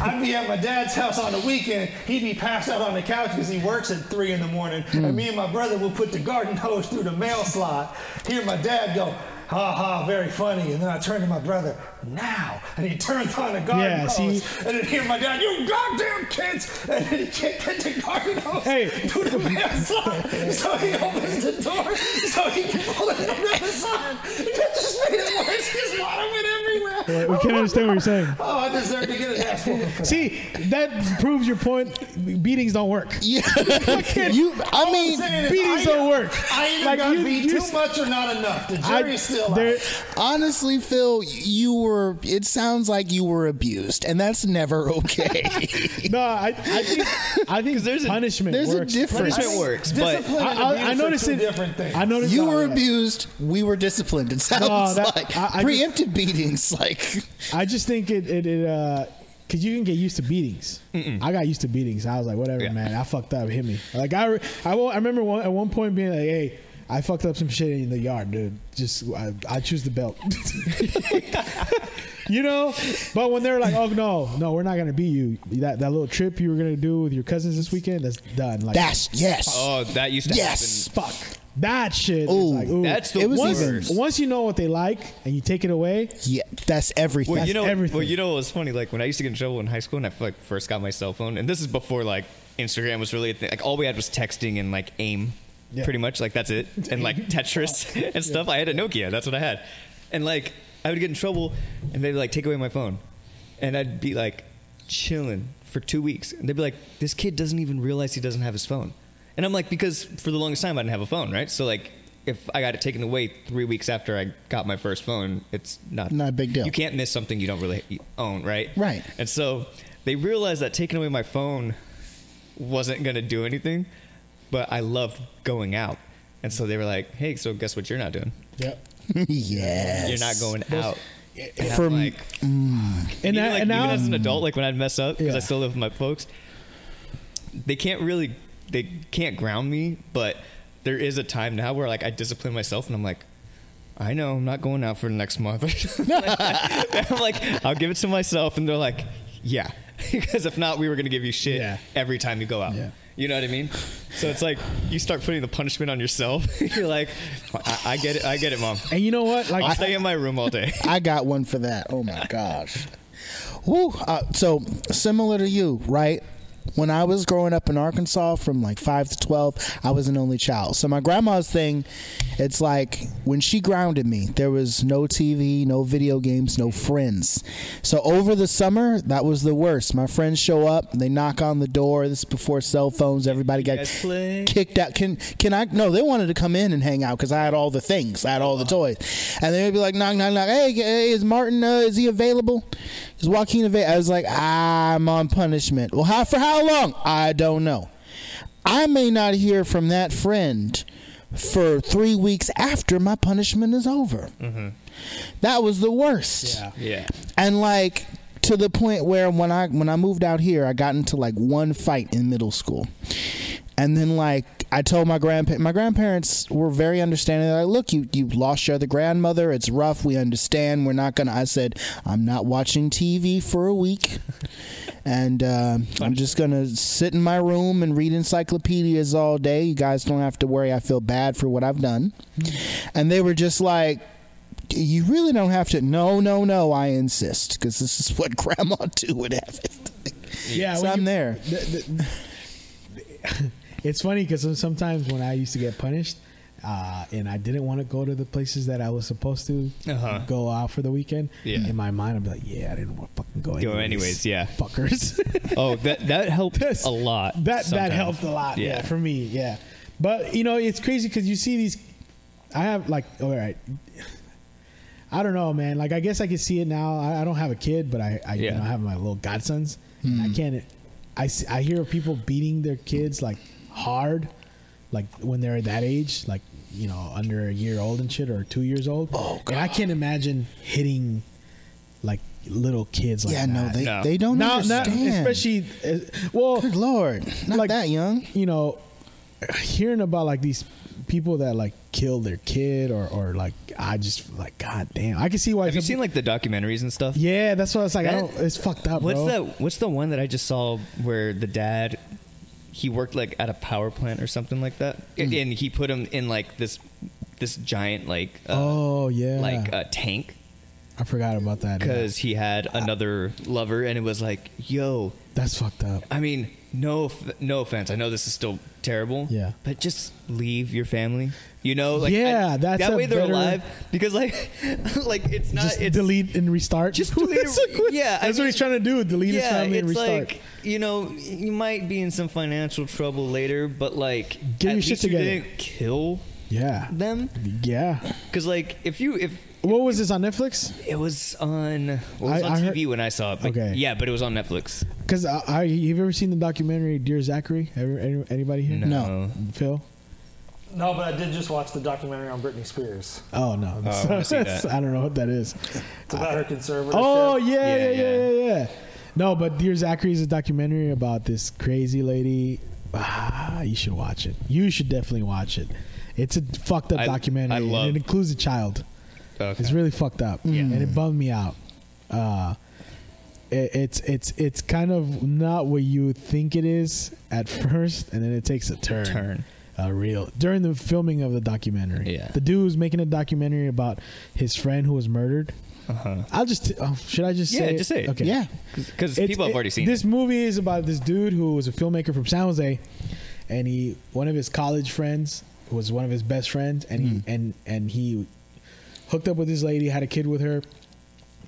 [SPEAKER 3] I'd be at my dad's house on the weekend. He'd be passed out on the couch because he works at three in the morning. And me and my brother would put the garden hose through the mail slot. Hear my dad go, ha ha, very funny. And then I turned to my brother, now. And he turns on the garden
[SPEAKER 4] Yeah,
[SPEAKER 3] hose.
[SPEAKER 4] see?
[SPEAKER 3] And then hear my dad, you goddamn kids. And then he can't get the garden hose
[SPEAKER 4] Hey.
[SPEAKER 3] through the mail slot. So he opens the door so he can pull it on the other side. That just made it worse because water went everywhere.
[SPEAKER 4] We can't understand what you're saying.
[SPEAKER 3] Oh, I deserve to get an ass whooping for that.
[SPEAKER 4] See, that proves your point. Beatings don't work.
[SPEAKER 5] <laughs> yeah. you. I
[SPEAKER 3] All I'm
[SPEAKER 5] mean,
[SPEAKER 3] saying is
[SPEAKER 4] beatings
[SPEAKER 3] I-
[SPEAKER 4] don't work.
[SPEAKER 3] I either
[SPEAKER 4] Like,
[SPEAKER 3] got
[SPEAKER 4] you-
[SPEAKER 3] beat
[SPEAKER 4] you
[SPEAKER 3] too
[SPEAKER 4] s-
[SPEAKER 3] much or not enough. The
[SPEAKER 4] I-
[SPEAKER 3] jury's still
[SPEAKER 4] there-
[SPEAKER 3] out.
[SPEAKER 5] honestly, Phil, you were. It sounds like you were abused, and that's never <laughs> okay.
[SPEAKER 4] <laughs> No, I, I think I
[SPEAKER 5] <laughs>
[SPEAKER 4] think
[SPEAKER 2] there's a-
[SPEAKER 4] punishment
[SPEAKER 5] there's a
[SPEAKER 4] works.
[SPEAKER 5] difference.
[SPEAKER 2] Punishment works, but
[SPEAKER 3] Discipline
[SPEAKER 4] I,
[SPEAKER 3] and
[SPEAKER 4] I,
[SPEAKER 3] abuse
[SPEAKER 4] I
[SPEAKER 3] are
[SPEAKER 4] noticed
[SPEAKER 3] two
[SPEAKER 4] it.
[SPEAKER 3] different things.
[SPEAKER 4] I noticed
[SPEAKER 5] You
[SPEAKER 4] oh,
[SPEAKER 5] were
[SPEAKER 4] yeah.
[SPEAKER 5] abused. We were disciplined. It sounds
[SPEAKER 4] Oh, that-
[SPEAKER 5] like
[SPEAKER 4] I- I just-
[SPEAKER 5] preemptive beatings. Like
[SPEAKER 4] I just think it it, it uh. Cause you can get used to beatings. I got used to beatings. I was like, whatever,
[SPEAKER 2] Yeah.
[SPEAKER 4] man. I fucked up. Hit me. Like I, re- I, won't- I remember one, at one point being like, hey, I fucked up some shit in the yard, dude. Just I, I choose the belt. <laughs> you know. But when they're like, oh no, no, we're not gonna beat you. That that little trip you were gonna do with your cousins this weekend, that's done. Like
[SPEAKER 5] that's yes.
[SPEAKER 2] oh, that used to
[SPEAKER 5] Yes.
[SPEAKER 4] fuck. That shit.
[SPEAKER 5] Ooh.
[SPEAKER 4] is like, ooh.
[SPEAKER 2] That's the
[SPEAKER 5] It was
[SPEAKER 2] worst.
[SPEAKER 5] even-
[SPEAKER 4] once you know what they like and you take it away,
[SPEAKER 5] yeah, that's everything.
[SPEAKER 2] Well, you
[SPEAKER 4] That's
[SPEAKER 2] know,
[SPEAKER 4] everything.
[SPEAKER 2] well, you know, what's funny. Like when I used to get in trouble in high school, and I like first got my cell phone, and this is before like Instagram was really a thing. Like all we had was texting and like AIM,
[SPEAKER 4] Yeah.
[SPEAKER 2] pretty much. Like that's it, and
[SPEAKER 5] <laughs>
[SPEAKER 2] like Tetris and stuff. I had a Nokia. That's what I had, and like I would get in trouble, and they'd like take away my phone, and I'd be like chilling for two weeks, and they'd be like, "This kid doesn't even realize he doesn't have his phone," and I'm like, because for the longest time I didn't have a phone, right? So like. If I got it taken away three weeks after I got my first phone, it's not
[SPEAKER 5] Not a big deal.
[SPEAKER 2] You can't can't miss something you don't really own, right?
[SPEAKER 5] Right.
[SPEAKER 2] And so they realized that taking away my phone wasn't going to do anything, but I loved going out. And so they were like, "Hey, so guess what? You're not doing.
[SPEAKER 4] yep.
[SPEAKER 5] <laughs> yes.
[SPEAKER 2] You're not going out." And I'm
[SPEAKER 5] For m-
[SPEAKER 2] like,
[SPEAKER 4] And,
[SPEAKER 2] and even,
[SPEAKER 4] I,
[SPEAKER 2] like,
[SPEAKER 4] and
[SPEAKER 2] even
[SPEAKER 4] now,
[SPEAKER 2] as an adult, like when I'd mess up because
[SPEAKER 4] Yeah.
[SPEAKER 2] I still live with my folks, they can't really they can't ground me. But there is a time now where like I discipline myself and I'm like, I know I'm not going out for the next month. <laughs> Like, I'm like, I'll give it to myself, and they're like, yeah, <laughs> because if not, we were gonna give you shit
[SPEAKER 4] Yeah.
[SPEAKER 2] every time you go out.
[SPEAKER 4] Yeah.
[SPEAKER 2] You know what I mean? So it's like you start putting the punishment on yourself. <laughs> You're like, I, I get it, I get it, mom.
[SPEAKER 4] and you know what? Like
[SPEAKER 2] I'll stay in my room all day.
[SPEAKER 5] I got one for that. Oh my gosh. Woo. Uh, so similar to you, right? When I was growing up in Arkansas from like 5 to 12, I was an only child. So my grandma's thing, it's like when she grounded me, there was no TV, no video games, no friends. So over the summer, that was the worst. My friends show up, they knock on the door. This is before cell phones, everybody got
[SPEAKER 2] guys play?
[SPEAKER 5] kicked out. Can can I? No, they wanted to come in and hang out because I had all the things, I had all the toys, and they would be like, knock, knock, knock. Hey, hey, is Martin? Uh, is he available? Is Joaquin available? I was like, I'm on punishment. Well, how for how long? I don't know. I may not hear from that friend for three weeks after my punishment is over. That was the
[SPEAKER 4] <laughs>
[SPEAKER 5] worst
[SPEAKER 4] Yeah.
[SPEAKER 2] yeah.
[SPEAKER 5] and like to the point where when I when I moved out here, I got into like one fight in middle school, and then like I told my grandpa my grandparents were very understanding. They're like, "Look, you you lost your other grandmother. It's rough. We understand. We're not gonna." I said, "I'm not watching TV for a week, <laughs> and uh, I'm just gonna sit in my room and read encyclopedias all day. You guys don't have to worry. I feel bad for what I've done." And they were just like you really don't have to. No, no, no. I insist because this is what <laughs> Grandma Two would have it.
[SPEAKER 4] Yeah,
[SPEAKER 5] so
[SPEAKER 4] when
[SPEAKER 5] I'm
[SPEAKER 4] Oh, you-
[SPEAKER 5] there.
[SPEAKER 4] the- the- it's funny because sometimes when I used to get punished, uh, and I didn't want to go to the places that I was supposed to
[SPEAKER 2] Uh-huh.
[SPEAKER 4] go out for the weekend.
[SPEAKER 2] Yeah.
[SPEAKER 4] In my mind, I'm like, yeah, I didn't want to fucking go.
[SPEAKER 2] Go anyways, yeah.
[SPEAKER 4] Fuckers. <laughs>
[SPEAKER 2] Oh, that that helped
[SPEAKER 4] That's-
[SPEAKER 2] a lot.
[SPEAKER 4] That
[SPEAKER 2] sometimes.
[SPEAKER 4] that helped a lot. Yeah.
[SPEAKER 2] Yeah.
[SPEAKER 4] for me. Yeah, but you know it's crazy because you see these. I have like all right. I don't know, man. Like I guess I can see it now. I, I don't have a kid, but I I, you
[SPEAKER 2] Yeah.
[SPEAKER 4] know, I have my little godsons. and
[SPEAKER 5] Hmm.
[SPEAKER 4] I can't. I s- I hear of people beating their kids like hard, like when they're that age, like you know under a year old and shit or two years old. Oh God! And I can't imagine hitting like little kids like
[SPEAKER 5] yeah,
[SPEAKER 4] that.
[SPEAKER 5] no, they
[SPEAKER 2] No.
[SPEAKER 5] they don't
[SPEAKER 4] Now, now,
[SPEAKER 5] understand.
[SPEAKER 4] especially, uh, well,
[SPEAKER 5] Good Lord, not
[SPEAKER 4] Like-
[SPEAKER 5] that young.
[SPEAKER 4] you know, hearing about like these people that like kill their kid or or like I just like god damn, I can see why.
[SPEAKER 2] Have you
[SPEAKER 4] some
[SPEAKER 2] seen like the documentaries and stuff?
[SPEAKER 4] pe- yeah, that's what it's like. I
[SPEAKER 2] That-
[SPEAKER 4] don't. It's fucked up,
[SPEAKER 2] What's
[SPEAKER 4] bro.
[SPEAKER 2] the What's the one that uh, I just saw where the dad he worked like at a power plant or something like that,
[SPEAKER 4] Mm.
[SPEAKER 2] and he put him in like this this giant like uh,
[SPEAKER 4] oh yeah,
[SPEAKER 2] like uh, tank
[SPEAKER 4] I forgot about that. yeah.
[SPEAKER 2] because he had another lover, and it was like, yo,
[SPEAKER 4] that's fucked up.
[SPEAKER 2] I mean, no, off- no offense. I know this is still terrible.
[SPEAKER 4] Yeah.
[SPEAKER 2] But just leave your family. You know, like I-
[SPEAKER 4] Yeah, that's
[SPEAKER 2] that
[SPEAKER 4] a
[SPEAKER 2] way they're
[SPEAKER 4] better-
[SPEAKER 2] alive because like, <laughs> like it's not
[SPEAKER 4] Just
[SPEAKER 2] it's
[SPEAKER 4] delete and restart. <laughs>
[SPEAKER 2] Just delete
[SPEAKER 4] That's
[SPEAKER 2] and-
[SPEAKER 4] what-
[SPEAKER 2] yeah, I
[SPEAKER 4] that's what he's
[SPEAKER 2] mean-
[SPEAKER 4] trying to do. Delete his
[SPEAKER 2] Yeah,
[SPEAKER 4] family and
[SPEAKER 2] it's
[SPEAKER 4] restart.
[SPEAKER 2] like you know you might be in some financial trouble later, but like
[SPEAKER 4] Get
[SPEAKER 2] at
[SPEAKER 4] your shit
[SPEAKER 2] least you
[SPEAKER 4] together.
[SPEAKER 2] didn't kill
[SPEAKER 4] yeah,
[SPEAKER 2] them
[SPEAKER 4] yeah.
[SPEAKER 2] because like if you if
[SPEAKER 4] What was this on Netflix?
[SPEAKER 2] it was on it was
[SPEAKER 4] I-
[SPEAKER 2] on
[SPEAKER 4] I heard-
[SPEAKER 2] TV when I saw it. but-
[SPEAKER 4] Okay.
[SPEAKER 2] Yeah, but it was on Netflix.
[SPEAKER 4] Because I, I, you've ever seen the documentary Dear Zachary? Ever, any- anybody here?
[SPEAKER 5] No.
[SPEAKER 4] Phil.
[SPEAKER 3] No, but I did just watch the documentary on Britney Spears.
[SPEAKER 4] Oh no!
[SPEAKER 2] I wanna
[SPEAKER 4] <laughs>
[SPEAKER 2] see that.
[SPEAKER 4] I don't know what that is.
[SPEAKER 3] It's about her conservative.
[SPEAKER 4] Oh yeah,
[SPEAKER 2] Yeah,
[SPEAKER 4] yeah, yeah,
[SPEAKER 2] yeah.
[SPEAKER 4] yeah, yeah, No, but Dear Zachary is a documentary about this crazy lady. Ah, you should watch it. You should definitely watch it. It's a fucked up
[SPEAKER 2] I-
[SPEAKER 4] documentary.
[SPEAKER 2] I
[SPEAKER 4] and
[SPEAKER 2] love-
[SPEAKER 4] it includes a child.
[SPEAKER 2] Okay.
[SPEAKER 4] It's really fucked up, and it bummed me out. Uh, it, it's it's it's kind of not what you think it is at <laughs> first, and then it takes a turn.
[SPEAKER 2] Turn.
[SPEAKER 4] A real during the filming of the documentary.
[SPEAKER 2] Yeah.
[SPEAKER 4] The dude was making a documentary about his friend who was murdered.
[SPEAKER 2] Uh-huh.
[SPEAKER 4] I'll just oh, should I just
[SPEAKER 2] Yeah,
[SPEAKER 4] say it?
[SPEAKER 2] just say it.
[SPEAKER 4] Okay.
[SPEAKER 5] Yeah,
[SPEAKER 2] Because
[SPEAKER 4] It's-
[SPEAKER 2] people have
[SPEAKER 4] it-
[SPEAKER 2] already seen
[SPEAKER 4] This movie is about this dude who was a filmmaker from San Jose, and he one of his college friends was one of his best friends, and he and and he hooked up with this lady, had a kid with her.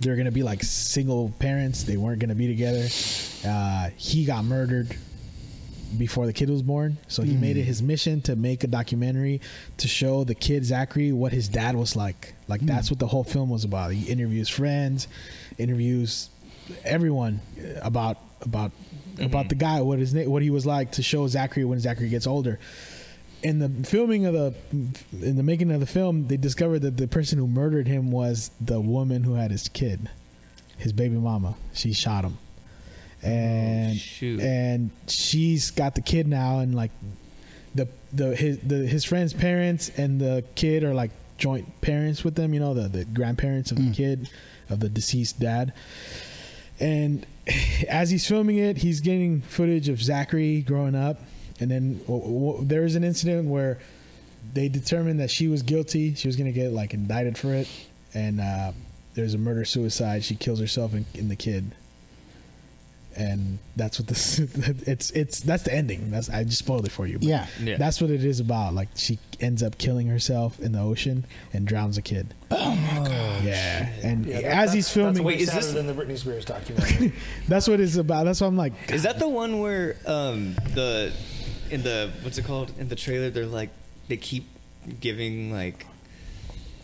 [SPEAKER 4] They're gonna be like single parents. They weren't gonna be together. Uh, he got murdered before the kid was born, so he made it his mission to make a documentary to show the kid Zachary what his dad was like. Like that's what the whole film was about. He interviews friends, interviews everyone about about about the guy, what his name, what he was like, to show Zachary when Zachary gets older. In the filming of the, in the making of the film, they discovered that the person who murdered him was the woman who had his kid, his baby mama. She shot him, and
[SPEAKER 2] shoot.
[SPEAKER 4] and she's got the kid now, and like the the his the his friend's parents and the kid are like joint parents with them. You know, the the grandparents of the kid of the deceased dad. And <laughs> as he's filming it, he's getting footage of Zachary growing up, and then w- w- there is an incident where they determined that she was guilty. She was going to get like indicted for it, and uh, there's a murder suicide. She kills herself and, and the kid, and that's what this. <laughs> it's it's that's the ending. That's I just spoiled it for you. but
[SPEAKER 5] Yeah.
[SPEAKER 2] Yeah.
[SPEAKER 4] that's what it is about. Like she ends up killing herself in the ocean and drowns a kid. Oh my god! Yeah, and
[SPEAKER 3] Yeah, that-
[SPEAKER 4] as he's
[SPEAKER 3] that's-
[SPEAKER 4] filming,
[SPEAKER 3] that's way
[SPEAKER 2] Wait, is
[SPEAKER 3] sadder
[SPEAKER 2] this-
[SPEAKER 3] than the Britney Spears
[SPEAKER 4] <laughs>
[SPEAKER 3] documentary?
[SPEAKER 4] that's what it's about. That's why I'm like,
[SPEAKER 2] it. Is that the one where um the in the what's it called in the trailer they're like they keep giving like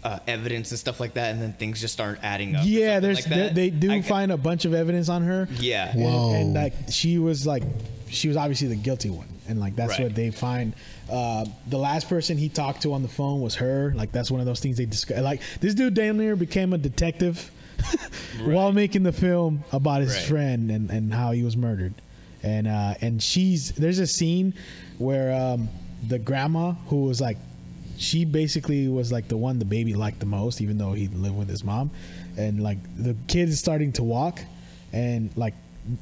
[SPEAKER 2] uh, evidence and stuff like that, and then things just aren't adding up. or
[SPEAKER 4] yeah,
[SPEAKER 2] something
[SPEAKER 4] there's
[SPEAKER 2] like that?
[SPEAKER 4] they, they do
[SPEAKER 2] I-
[SPEAKER 4] find a bunch of evidence on her.
[SPEAKER 2] Yeah.
[SPEAKER 4] and,
[SPEAKER 5] Whoa.
[SPEAKER 4] and, like she was like, she was obviously the guilty one, and like that's
[SPEAKER 2] Right.
[SPEAKER 4] what they find. Uh, the last person he talked to on the phone was her. Like that's one of those things they discuss. Like this dude damn near became a detective <laughs> while making the film about his
[SPEAKER 2] Right.
[SPEAKER 4] friend and and how he was murdered, and uh and she's there's a scene where um the grandma who was like she basically was like the one the baby liked the most even though he lived with his mom and like the kid is starting to walk and like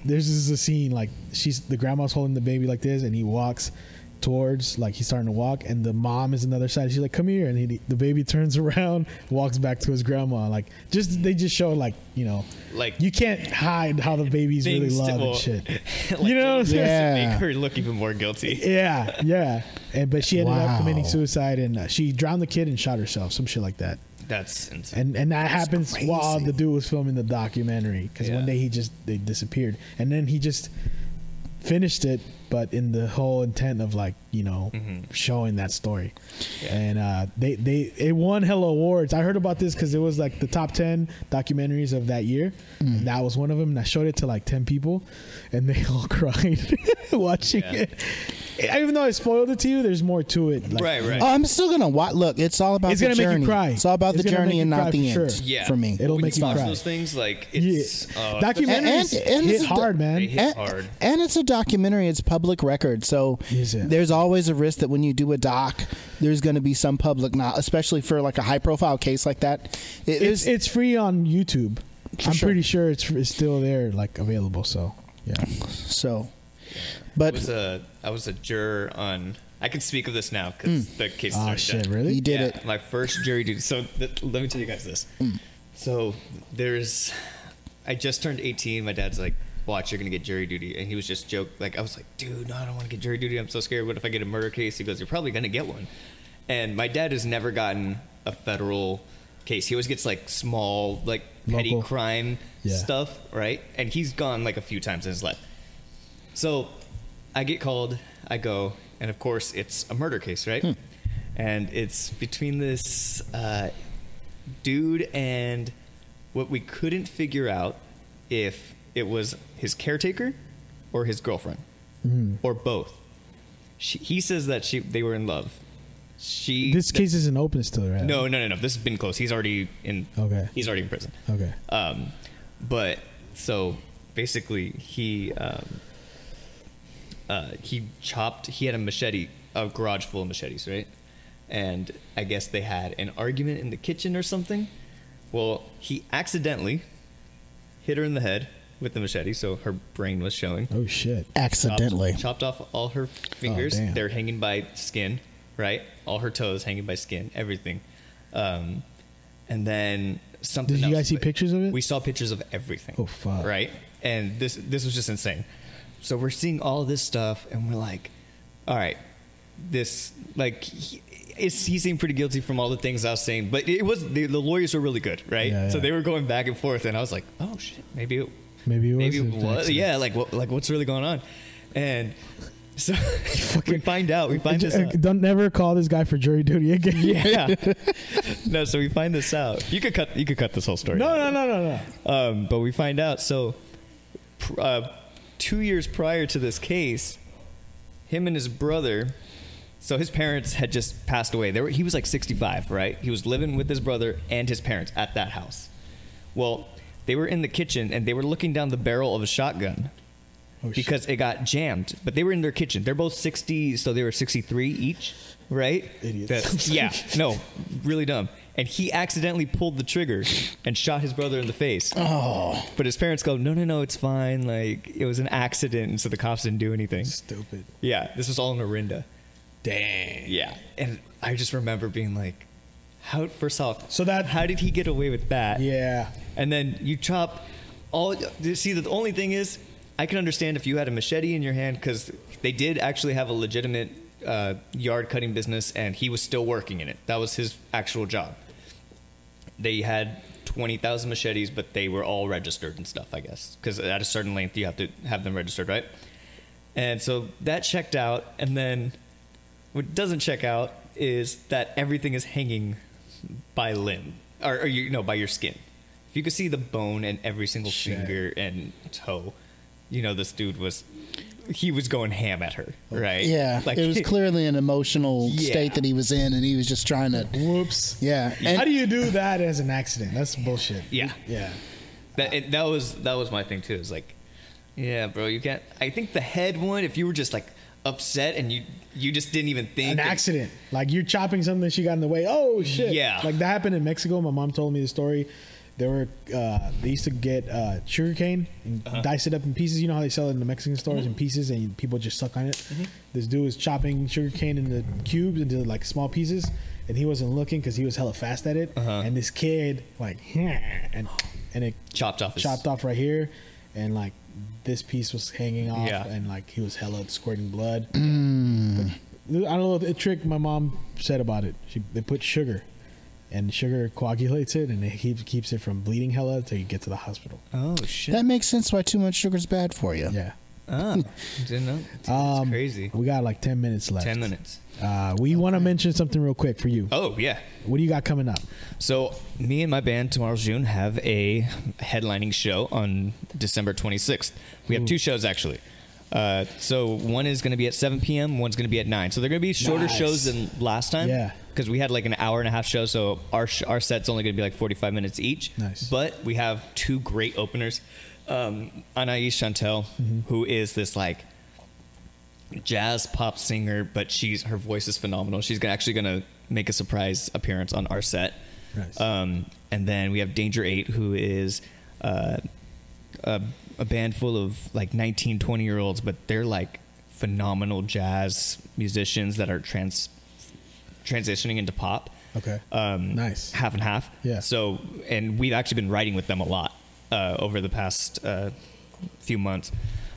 [SPEAKER 4] there's this is a scene like she's the grandma's holding the baby like this and he walks towards like he's starting to walk and the mom is on the other side she's like come here and he, the baby <laughs> turns around walks back to his grandma like just they just show like you know
[SPEAKER 2] Like-
[SPEAKER 4] you can't hide how the babies really
[SPEAKER 2] Things to-
[SPEAKER 4] love and
[SPEAKER 2] well, <laughs>
[SPEAKER 4] shit
[SPEAKER 2] like,
[SPEAKER 4] you know what I'm
[SPEAKER 2] just
[SPEAKER 4] saying?
[SPEAKER 5] Yeah.
[SPEAKER 2] Make her look even more guilty.
[SPEAKER 4] Yeah, yeah. And but she ended
[SPEAKER 5] Wow.
[SPEAKER 4] up committing suicide, and uh, she drowned the kid and shot herself, some shit like that.
[SPEAKER 2] That's insane.
[SPEAKER 4] And and that happens while
[SPEAKER 5] crazy.
[SPEAKER 4] the dude was filming the documentary because
[SPEAKER 2] Yeah.
[SPEAKER 4] one day he just they disappeared, and then he just finished it, but in the whole intent of like you know
[SPEAKER 2] Mm-hmm.
[SPEAKER 4] showing that story. And uh, they they it won hella awards. I heard about this because it was like the top ten documentaries of that year.
[SPEAKER 5] Mm.
[SPEAKER 4] And that was one of them, and I showed it to like ten people, and they <laughs> all cried watching
[SPEAKER 2] Yeah.
[SPEAKER 4] it. Even though I spoiled it to you, there's more to it. Like,
[SPEAKER 2] right, right.
[SPEAKER 5] Oh, I'm still gonna watch. Look, it's all about
[SPEAKER 4] It's
[SPEAKER 5] the
[SPEAKER 4] gonna make you
[SPEAKER 5] journey.
[SPEAKER 4] cry.
[SPEAKER 5] It's all about
[SPEAKER 4] It's
[SPEAKER 5] the
[SPEAKER 4] gonna make
[SPEAKER 5] journey
[SPEAKER 4] you
[SPEAKER 5] and
[SPEAKER 4] cry
[SPEAKER 5] not the
[SPEAKER 4] for
[SPEAKER 5] end.
[SPEAKER 4] sure.
[SPEAKER 2] yeah.
[SPEAKER 5] for me.
[SPEAKER 4] It'll
[SPEAKER 2] When
[SPEAKER 4] make
[SPEAKER 2] you
[SPEAKER 4] you
[SPEAKER 2] watch
[SPEAKER 4] cry.
[SPEAKER 2] those things like
[SPEAKER 4] Yeah.
[SPEAKER 2] it's oh,
[SPEAKER 4] Documentaries
[SPEAKER 5] And- and
[SPEAKER 4] hit
[SPEAKER 5] it's the-
[SPEAKER 4] hard, man.
[SPEAKER 2] they hit
[SPEAKER 5] and,
[SPEAKER 2] hard.
[SPEAKER 5] and it's a documentary. It's public record, so
[SPEAKER 4] Is it?
[SPEAKER 5] there's always a risk that when you do a doc, there's going to be some public, not especially for like a high profile case like that. It
[SPEAKER 4] it's,
[SPEAKER 5] is
[SPEAKER 4] it's free on YouTube.
[SPEAKER 5] For
[SPEAKER 4] I'm
[SPEAKER 5] sure.
[SPEAKER 4] pretty sure it's, it's still there, like available. So yeah,
[SPEAKER 5] so,
[SPEAKER 2] I
[SPEAKER 5] but
[SPEAKER 2] was a I was a juror on. I can speak of this now because the case is
[SPEAKER 4] oh
[SPEAKER 2] already
[SPEAKER 4] shit,
[SPEAKER 2] done.
[SPEAKER 4] really?
[SPEAKER 5] you did
[SPEAKER 2] yeah,
[SPEAKER 5] it. Hmm.
[SPEAKER 2] My first jury duty. So th- let me tell you guys this. So there's, I just turned 18. My dad's like, "Watch, you're gonna get jury duty," and he was just joke. Like I was like, "Dude, no, I don't want to get jury duty. I'm so scared. What if I get a murder case?" He goes, "You're probably gonna get one." And my dad has never gotten a federal case. He always gets like small, like petty
[SPEAKER 4] Local.
[SPEAKER 2] crime
[SPEAKER 4] Yeah.
[SPEAKER 2] stuff, right? And he's gone like a few times in his life. So I get called, I go, and of course it's a murder case, right?
[SPEAKER 4] Hmm.
[SPEAKER 2] And it's between this uh, dude and what we couldn't figure out if it was his caretaker or his girlfriend
[SPEAKER 4] Hmm.
[SPEAKER 2] or both. She, he says that she they were in love. She
[SPEAKER 4] This case isn't open still, right?
[SPEAKER 2] no no no no this has been close. He's already in
[SPEAKER 4] Okay.
[SPEAKER 2] He's already in prison.
[SPEAKER 4] Okay.
[SPEAKER 2] Um, but so basically, he um, uh, he chopped. He had a machete, a garage full of machetes, right? And I guess they had an argument in the kitchen or something. Well, he accidentally hit her in the head with the machete, so her brain was showing.
[SPEAKER 4] Oh shit.
[SPEAKER 2] Chopped-
[SPEAKER 5] Accidentally,
[SPEAKER 2] chopped, off all her fingers.
[SPEAKER 4] Oh, damn.
[SPEAKER 2] They're hanging by skin, right? All her toes hanging by skin, everything. Um, and then something.
[SPEAKER 4] Did you
[SPEAKER 2] else,
[SPEAKER 4] guys see
[SPEAKER 2] but
[SPEAKER 4] pictures of it?
[SPEAKER 2] We saw pictures of everything.
[SPEAKER 4] Oh, fuck.
[SPEAKER 2] Right, and this this was just insane. So we're seeing all this stuff, and we're like, all right, this like. He, it's, he seemed pretty guilty from all the things I was saying, but it was the, the lawyers were really good, right?
[SPEAKER 4] Yeah,
[SPEAKER 2] So
[SPEAKER 4] yeah.
[SPEAKER 2] they were going back and forth, and I was like, "Oh shit, maybe it,
[SPEAKER 4] Maybe it was
[SPEAKER 2] maybe
[SPEAKER 4] an
[SPEAKER 2] it was,
[SPEAKER 4] accident.
[SPEAKER 2] yeah, like what, like what's really going on?" And so <laughs> we find out, we find this
[SPEAKER 4] Uh,
[SPEAKER 2] out. <laughs>
[SPEAKER 4] Don't never call this guy for jury duty again.
[SPEAKER 2] Yeah, no, so we find this out. You could cut, you could cut this whole story.
[SPEAKER 4] <laughs> No, no, no, no, no.
[SPEAKER 2] Um, but we find out. So, pr- uh, two years prior to this case, him and his brother. So his parents had just passed away. They were, he was like 65, right? He was living with his brother and his parents at that house. Well, they were in the kitchen and they were looking down the barrel of a shotgun
[SPEAKER 4] Oh, shit.
[SPEAKER 2] because it got jammed. But they were in their kitchen. They're both 60, so they were 63 each, right?
[SPEAKER 4] Idiots.
[SPEAKER 2] That's- yeah, no, really dumb. And he accidentally pulled the trigger and shot his brother in the face. Oh. But his parents go, no, no, no, it's fine. Like, it was an accident, and so the cops didn't do anything.
[SPEAKER 4] stupid.
[SPEAKER 2] Yeah, this was all in Orinda. Dang. Yeah. And I just remember being like, how, first off,
[SPEAKER 4] So that-
[SPEAKER 2] how did he get away with that?
[SPEAKER 4] Yeah.
[SPEAKER 2] and then you chop all you see the only thing is i can understand if you had a machete in your hand because they did actually have a legitimate uh, yard cutting business and he was still working in it that was his actual job they had 20000 machetes but they were all registered and stuff i guess because at a certain length you have to have them registered right and so that checked out and then what doesn't check out is that everything is hanging by limb or, or you know by your skin. If you could see the bone and every single finger and toe, you know this dude was he was going ham at her, right?
[SPEAKER 5] yeah.
[SPEAKER 2] <laughs>
[SPEAKER 5] it was clearly an emotional
[SPEAKER 2] Yeah.
[SPEAKER 5] state that he was in, and he was just trying to.
[SPEAKER 4] Whoops.
[SPEAKER 5] Yeah,
[SPEAKER 4] How
[SPEAKER 5] and
[SPEAKER 4] do you do that as an accident? That's bullshit.
[SPEAKER 2] Yeah.
[SPEAKER 4] Yeah.
[SPEAKER 2] That it, that was that was my thing too. Is like, yeah, bro, you can't. I think the head one. If you were just like upset and you you just didn't even think.
[SPEAKER 4] an
[SPEAKER 2] and-
[SPEAKER 4] accident. Like you're chopping something, she got in the way. Oh shit!
[SPEAKER 2] Yeah.
[SPEAKER 4] like that happened in Mexico. My mom told me the story. They were uh, they used to get uh, sugar cane and
[SPEAKER 2] Uh-huh.
[SPEAKER 4] dice it up in pieces. You know how they sell it in the Mexican stores
[SPEAKER 2] Mm-hmm.
[SPEAKER 4] in pieces, and people just suck on it. This dude was chopping sugar cane into cubes into like small pieces, and he wasn't looking because he was hella fast at it.
[SPEAKER 2] Uh-huh.
[SPEAKER 4] And this kid like <laughs> and and it
[SPEAKER 2] Chopped off his-
[SPEAKER 4] chopped off right here, and like this piece was hanging off,
[SPEAKER 2] Yeah.
[SPEAKER 4] and like he was hella squirting <clears throat> blood. I don't know the trick my mom said about it. She they put sugar, and sugar coagulates it, and it keeps keeps it from bleeding hella until you get to the hospital.
[SPEAKER 2] Oh shit!
[SPEAKER 5] That makes sense why too much sugar's bad for you.
[SPEAKER 4] Yeah,
[SPEAKER 2] Ah, didn't know. Dude, That's
[SPEAKER 4] Um,
[SPEAKER 2] crazy.
[SPEAKER 4] We got like ten minutes left.
[SPEAKER 2] Ten minutes.
[SPEAKER 4] Uh, we want to mention something real quick for you.
[SPEAKER 2] Oh yeah.
[SPEAKER 4] What do you got coming up?
[SPEAKER 2] So me and my band Tomorrow's June have a headlining show on December 26th. We have two shows actually. Uh, so one is going to be at 7 p.m. One's going to be at 9. So they're going to be shorter
[SPEAKER 4] Nice.
[SPEAKER 2] shows than last time.
[SPEAKER 4] Yeah.
[SPEAKER 2] Because we had like an hour and a half show, so our sh- our set's only going to be like 45 minutes each.
[SPEAKER 4] Nice.
[SPEAKER 2] But we have two great openers. Um, Anais Chantel,
[SPEAKER 4] Mm-hmm.
[SPEAKER 2] who is this like jazz pop singer, but she's her voice is phenomenal. She's gonna, actually going to make a surprise appearance on our set.
[SPEAKER 4] Nice.
[SPEAKER 2] Um, and then we have Danger Eight, who is uh, a, a band full of like 19, 20 year olds, but they're like phenomenal jazz musicians that are trans transitioning into pop.
[SPEAKER 4] Okay.
[SPEAKER 2] Um,
[SPEAKER 4] Nice.
[SPEAKER 2] Half and half.
[SPEAKER 4] Yeah.
[SPEAKER 2] So, and we've actually been writing with them a lot uh, over the past uh, few months.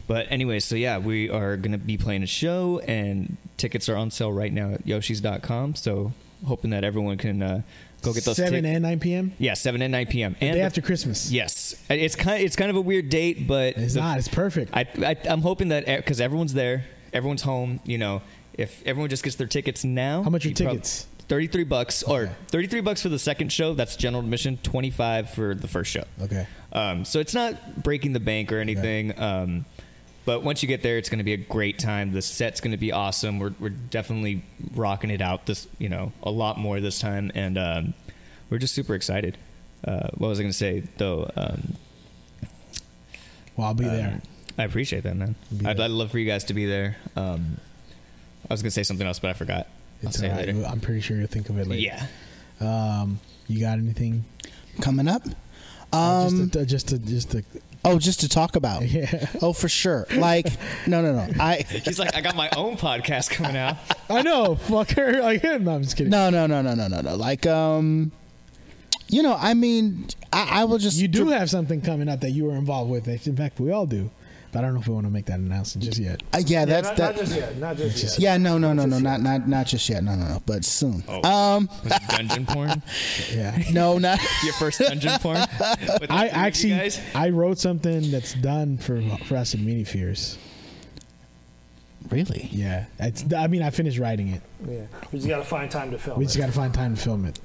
[SPEAKER 2] But anyway, so yeah, we are going to be playing a show, and tickets are on sale right now at yoshis.com. So, hoping that everyone can uh, go get those
[SPEAKER 4] Seven
[SPEAKER 2] tic-
[SPEAKER 4] and nine p.m.
[SPEAKER 2] yeah, seven and nine p.m. And
[SPEAKER 4] Day
[SPEAKER 2] the-
[SPEAKER 4] after Christmas.
[SPEAKER 2] Yes, And it's kind. it's kind of a weird date, but
[SPEAKER 4] it's
[SPEAKER 2] the-
[SPEAKER 4] not. It's perfect.
[SPEAKER 2] I, I I'm hoping that because everyone's there, everyone's home. You know, if everyone just gets their tickets now,
[SPEAKER 4] How much are
[SPEAKER 2] you prob-
[SPEAKER 4] tickets?
[SPEAKER 2] Thirty-three bucks, or thirty-three bucks for the second show. That's general admission. Twenty-five for the first show.
[SPEAKER 4] Okay.
[SPEAKER 2] Um, so it's not breaking the bank or anything. Um, but once you get there, it's going to be a great time. The set's going to be awesome. We're, we're definitely rocking it out this, you know, a lot more this time. And um, we're just super excited. Uh, what was I going to say, though? Um,
[SPEAKER 4] Well, I'll be there.
[SPEAKER 2] um, I appreciate that, man.
[SPEAKER 4] Be
[SPEAKER 2] I'd,
[SPEAKER 4] there.
[SPEAKER 2] I'd love for you guys to be there. Um, I was going to say something else, but I forgot.
[SPEAKER 4] It's
[SPEAKER 2] I'll say it
[SPEAKER 4] alright.
[SPEAKER 2] later.
[SPEAKER 4] I'm pretty sure you'll think of it later.
[SPEAKER 2] Yeah.
[SPEAKER 4] Um, you got anything?
[SPEAKER 5] Coming up.
[SPEAKER 4] Uh,
[SPEAKER 5] Um,
[SPEAKER 4] just to, just to, just to,
[SPEAKER 5] oh, just to talk about.
[SPEAKER 4] <laughs> Yeah.
[SPEAKER 5] Oh, for sure. Like, no, no, no. I
[SPEAKER 2] He's like, I got my own podcast coming out.
[SPEAKER 4] I know, fucker. <laughs> Like, no, I'm just kidding.
[SPEAKER 5] no, no, no, no, no, no, no. Like, um, you know, I mean, I, I will just
[SPEAKER 4] You do have something coming up that you were involved with. In fact, we all do. But I don't know if we want to make that announcement just yet.
[SPEAKER 5] Uh, yeah,
[SPEAKER 3] Yeah,
[SPEAKER 5] that's
[SPEAKER 3] not, not
[SPEAKER 5] that.
[SPEAKER 3] just yet. Not just, yet.
[SPEAKER 5] yeah, no, no, no, no, not not not just yet. No, no, no, but soon. Um,
[SPEAKER 2] <laughs> Was it dungeon porn?
[SPEAKER 5] <laughs>
[SPEAKER 4] Yeah.
[SPEAKER 5] no, not.
[SPEAKER 2] your first dungeon porn. <laughs> With the three
[SPEAKER 4] I
[SPEAKER 2] of you
[SPEAKER 4] actually,
[SPEAKER 2] guys?
[SPEAKER 4] I wrote something that's done for for us at Mini Fears.
[SPEAKER 5] Really?
[SPEAKER 4] Yeah, it's. I mean, I finished writing it.
[SPEAKER 3] Yeah. We just got to find time to film.
[SPEAKER 4] We
[SPEAKER 3] it.
[SPEAKER 4] just got to find time to film it.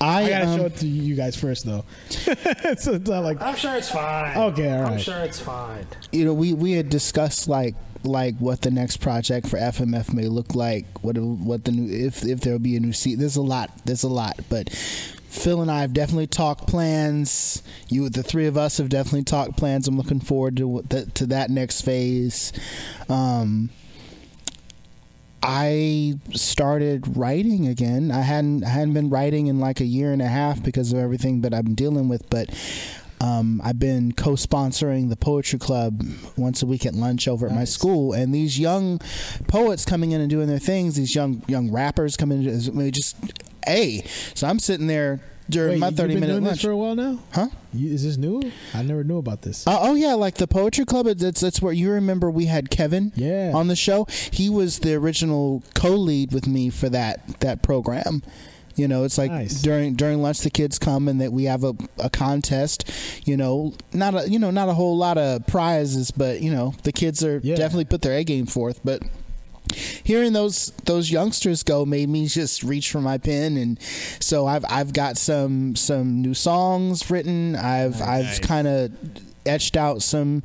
[SPEAKER 5] I,
[SPEAKER 4] I gotta
[SPEAKER 5] um,
[SPEAKER 4] show it to you guys first, though. <laughs> so it's not like
[SPEAKER 3] I'm sure it's fine.
[SPEAKER 4] Okay, all
[SPEAKER 3] I'm
[SPEAKER 4] right.
[SPEAKER 3] sure it's fine.
[SPEAKER 5] you know, we we had discussed like like what the next project for FMF may look like, what what the new if if there will be a new seat. There's a lot. There's a lot, but Phil and I have definitely talked plans. You, the three of us, have definitely talked plans. I'm looking forward to what- that to that next phase. Um, I started writing again. I hadn't I hadn't been writing in like a year and a half because of everything that I'm dealing with, but um, I've been co-sponsoring the poetry club once a week at lunch over at my school, and these young poets coming in and doing their things. These young young rappers coming in, and do- just hey. So I'm sitting there during
[SPEAKER 4] wait,
[SPEAKER 5] my
[SPEAKER 4] you've
[SPEAKER 5] 30
[SPEAKER 4] been
[SPEAKER 5] minute
[SPEAKER 4] doing
[SPEAKER 5] lunch.
[SPEAKER 4] this for a while now.
[SPEAKER 5] huh?
[SPEAKER 4] You, is this new? I never knew about this.
[SPEAKER 5] Uh, oh yeah, like the poetry club. it- That's that's where you remember we had Kevin.
[SPEAKER 4] Yeah.
[SPEAKER 5] On the show, he was the original co-lead with me for that that program. You know, it's like
[SPEAKER 4] Nice.
[SPEAKER 5] during during lunch the kids come and that we have a, a contest. You know, not a you know not a whole lot of prizes, but you know the kids are
[SPEAKER 4] Yeah.
[SPEAKER 5] definitely put their A game forth, but hearing those those youngsters go made me just reach for my pen and so I've I've got some some new songs written. I've I've kind of etched out some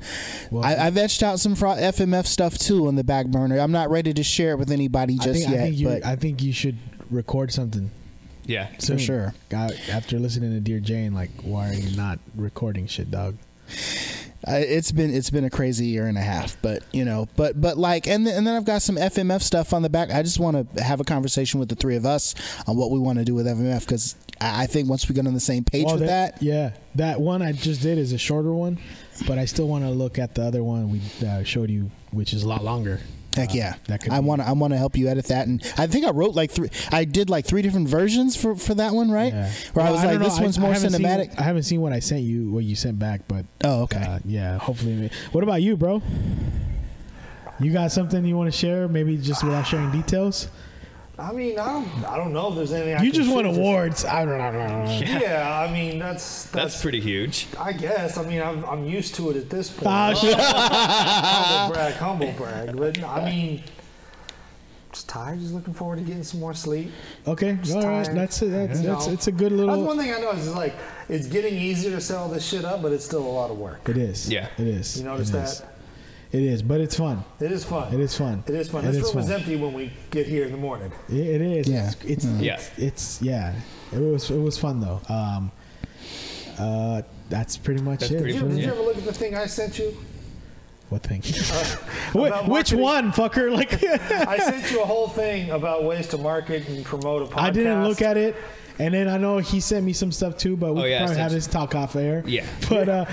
[SPEAKER 5] I, I've etched out some fro- FMF stuff too on the back burner. I'm not ready to share it with anybody
[SPEAKER 4] I
[SPEAKER 5] just
[SPEAKER 4] think,
[SPEAKER 5] yet,
[SPEAKER 4] I think you,
[SPEAKER 5] but
[SPEAKER 4] I think you should record something.
[SPEAKER 2] Yeah.
[SPEAKER 4] soon.
[SPEAKER 5] sure.
[SPEAKER 4] God, after listening to Dear Jane, like, why are you not recording shit, dog?
[SPEAKER 5] Uh, it's been it's been a crazy year and a half, but you know, but but like, and then, and then I've got some FMF stuff on the back. I just want to have a conversation with the three of us on what we want to do with FMF because I, I think once we get on the same page
[SPEAKER 4] Well,
[SPEAKER 5] with that,
[SPEAKER 4] Yeah, that one I just did is a shorter one, but I still want to look at the other one we uh, showed you, which is a lot longer.
[SPEAKER 5] Heck
[SPEAKER 4] Uh,
[SPEAKER 5] yeah!
[SPEAKER 4] that could
[SPEAKER 5] I
[SPEAKER 4] be-
[SPEAKER 5] want to. I want to help you edit that, and I think I wrote like three. I did like three different versions for for that one, right?
[SPEAKER 4] Yeah.
[SPEAKER 5] Where I
[SPEAKER 4] Well,
[SPEAKER 5] was
[SPEAKER 4] don't
[SPEAKER 5] like,
[SPEAKER 4] know.
[SPEAKER 5] this one's
[SPEAKER 4] I
[SPEAKER 5] more
[SPEAKER 4] haven't seen-
[SPEAKER 5] cinematic.
[SPEAKER 4] I haven't seen what I sent you, what you sent back, but
[SPEAKER 5] Oh, okay.
[SPEAKER 4] uh, yeah, hopefully. ma- What about you, bro? You got something you want to share? Maybe just without sharing details.
[SPEAKER 3] I mean, I don't, I don't know if there's anything. I
[SPEAKER 4] You
[SPEAKER 3] can
[SPEAKER 4] just won
[SPEAKER 3] shoot this-
[SPEAKER 4] awards. I don't know.
[SPEAKER 3] Yeah, I mean that's
[SPEAKER 2] That's
[SPEAKER 3] that's.
[SPEAKER 2] pretty <laughs> huge.
[SPEAKER 3] I guess. I mean, I'm, I'm used to it at this point.
[SPEAKER 4] Oh, shit.
[SPEAKER 3] humble brag, humble
[SPEAKER 4] Ah.
[SPEAKER 3] brag. But no, I mean, just tired. Just looking forward to getting some more sleep.
[SPEAKER 4] Okay,
[SPEAKER 3] Just
[SPEAKER 4] all right.
[SPEAKER 3] tired.
[SPEAKER 4] That's it. That's,
[SPEAKER 3] You
[SPEAKER 4] that's
[SPEAKER 3] know?
[SPEAKER 4] it's a good
[SPEAKER 3] That's
[SPEAKER 4] little.
[SPEAKER 3] one thing I know is it's like it's getting easier to sell this shit up, but it's still a lot of work.
[SPEAKER 4] It is.
[SPEAKER 2] Yeah.
[SPEAKER 4] it is.
[SPEAKER 3] You notice
[SPEAKER 4] It
[SPEAKER 3] that?
[SPEAKER 4] is. It is, but it's fun.
[SPEAKER 3] It is fun.
[SPEAKER 4] It is fun.
[SPEAKER 3] It is fun.
[SPEAKER 4] It
[SPEAKER 3] this
[SPEAKER 4] is
[SPEAKER 3] room is
[SPEAKER 4] fun.
[SPEAKER 3] empty when we get here in the morning.
[SPEAKER 4] It, it is.
[SPEAKER 5] Yeah.
[SPEAKER 4] It's, it's,
[SPEAKER 2] Yeah.
[SPEAKER 4] it's, it's yeah. It was it was fun though. Um, uh, that's pretty much
[SPEAKER 2] That's
[SPEAKER 4] it.
[SPEAKER 2] pretty
[SPEAKER 3] Did
[SPEAKER 2] much it.
[SPEAKER 3] you, did you
[SPEAKER 2] Yeah.
[SPEAKER 3] ever look at the thing I sent you?
[SPEAKER 4] What thing? <laughs> Wh-
[SPEAKER 3] Uh, about
[SPEAKER 4] which
[SPEAKER 3] marketing.
[SPEAKER 4] one, fucker? <laughs> Like,
[SPEAKER 3] I sent you a whole thing about ways to market and promote a podcast.
[SPEAKER 4] I didn't look at it. And then I know he sent me some stuff too, but we
[SPEAKER 2] Oh,
[SPEAKER 4] could
[SPEAKER 2] yeah, I
[SPEAKER 4] probably
[SPEAKER 2] sent
[SPEAKER 4] have
[SPEAKER 2] you-
[SPEAKER 4] this talk off air.
[SPEAKER 2] Yeah.
[SPEAKER 4] But uh,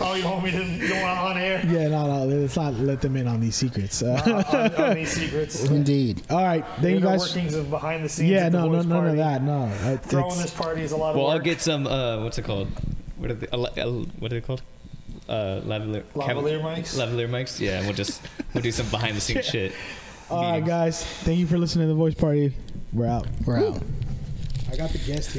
[SPEAKER 3] Oh, you want me to you want on air?
[SPEAKER 4] yeah, no, no, let's not let them in on these secrets. <laughs> Uh,
[SPEAKER 3] on, on, on these
[SPEAKER 4] <laughs>
[SPEAKER 3] secrets.
[SPEAKER 5] Indeed.
[SPEAKER 4] all right, then you
[SPEAKER 3] Inner
[SPEAKER 4] guys.
[SPEAKER 3] workings of behind the scenes.
[SPEAKER 4] Yeah,
[SPEAKER 3] at the
[SPEAKER 4] no, no,
[SPEAKER 3] boys'
[SPEAKER 4] none
[SPEAKER 3] party.
[SPEAKER 4] of that. No, It-
[SPEAKER 3] Throwing
[SPEAKER 4] it's-
[SPEAKER 3] this party is a lot of
[SPEAKER 2] Well,
[SPEAKER 3] work.
[SPEAKER 2] I'll get some. Uh, what's it called? What are they? ele- el- what are they called? Uh, lavalier,
[SPEAKER 3] Lavalier mics?
[SPEAKER 2] Lavalier mics. Yeah, we'll just we'll do some behind the <laughs> scenes shit.
[SPEAKER 4] all right, guys. Thank you for listening to the Voice Party. We're out.
[SPEAKER 5] We're out.
[SPEAKER 4] I got the guest here.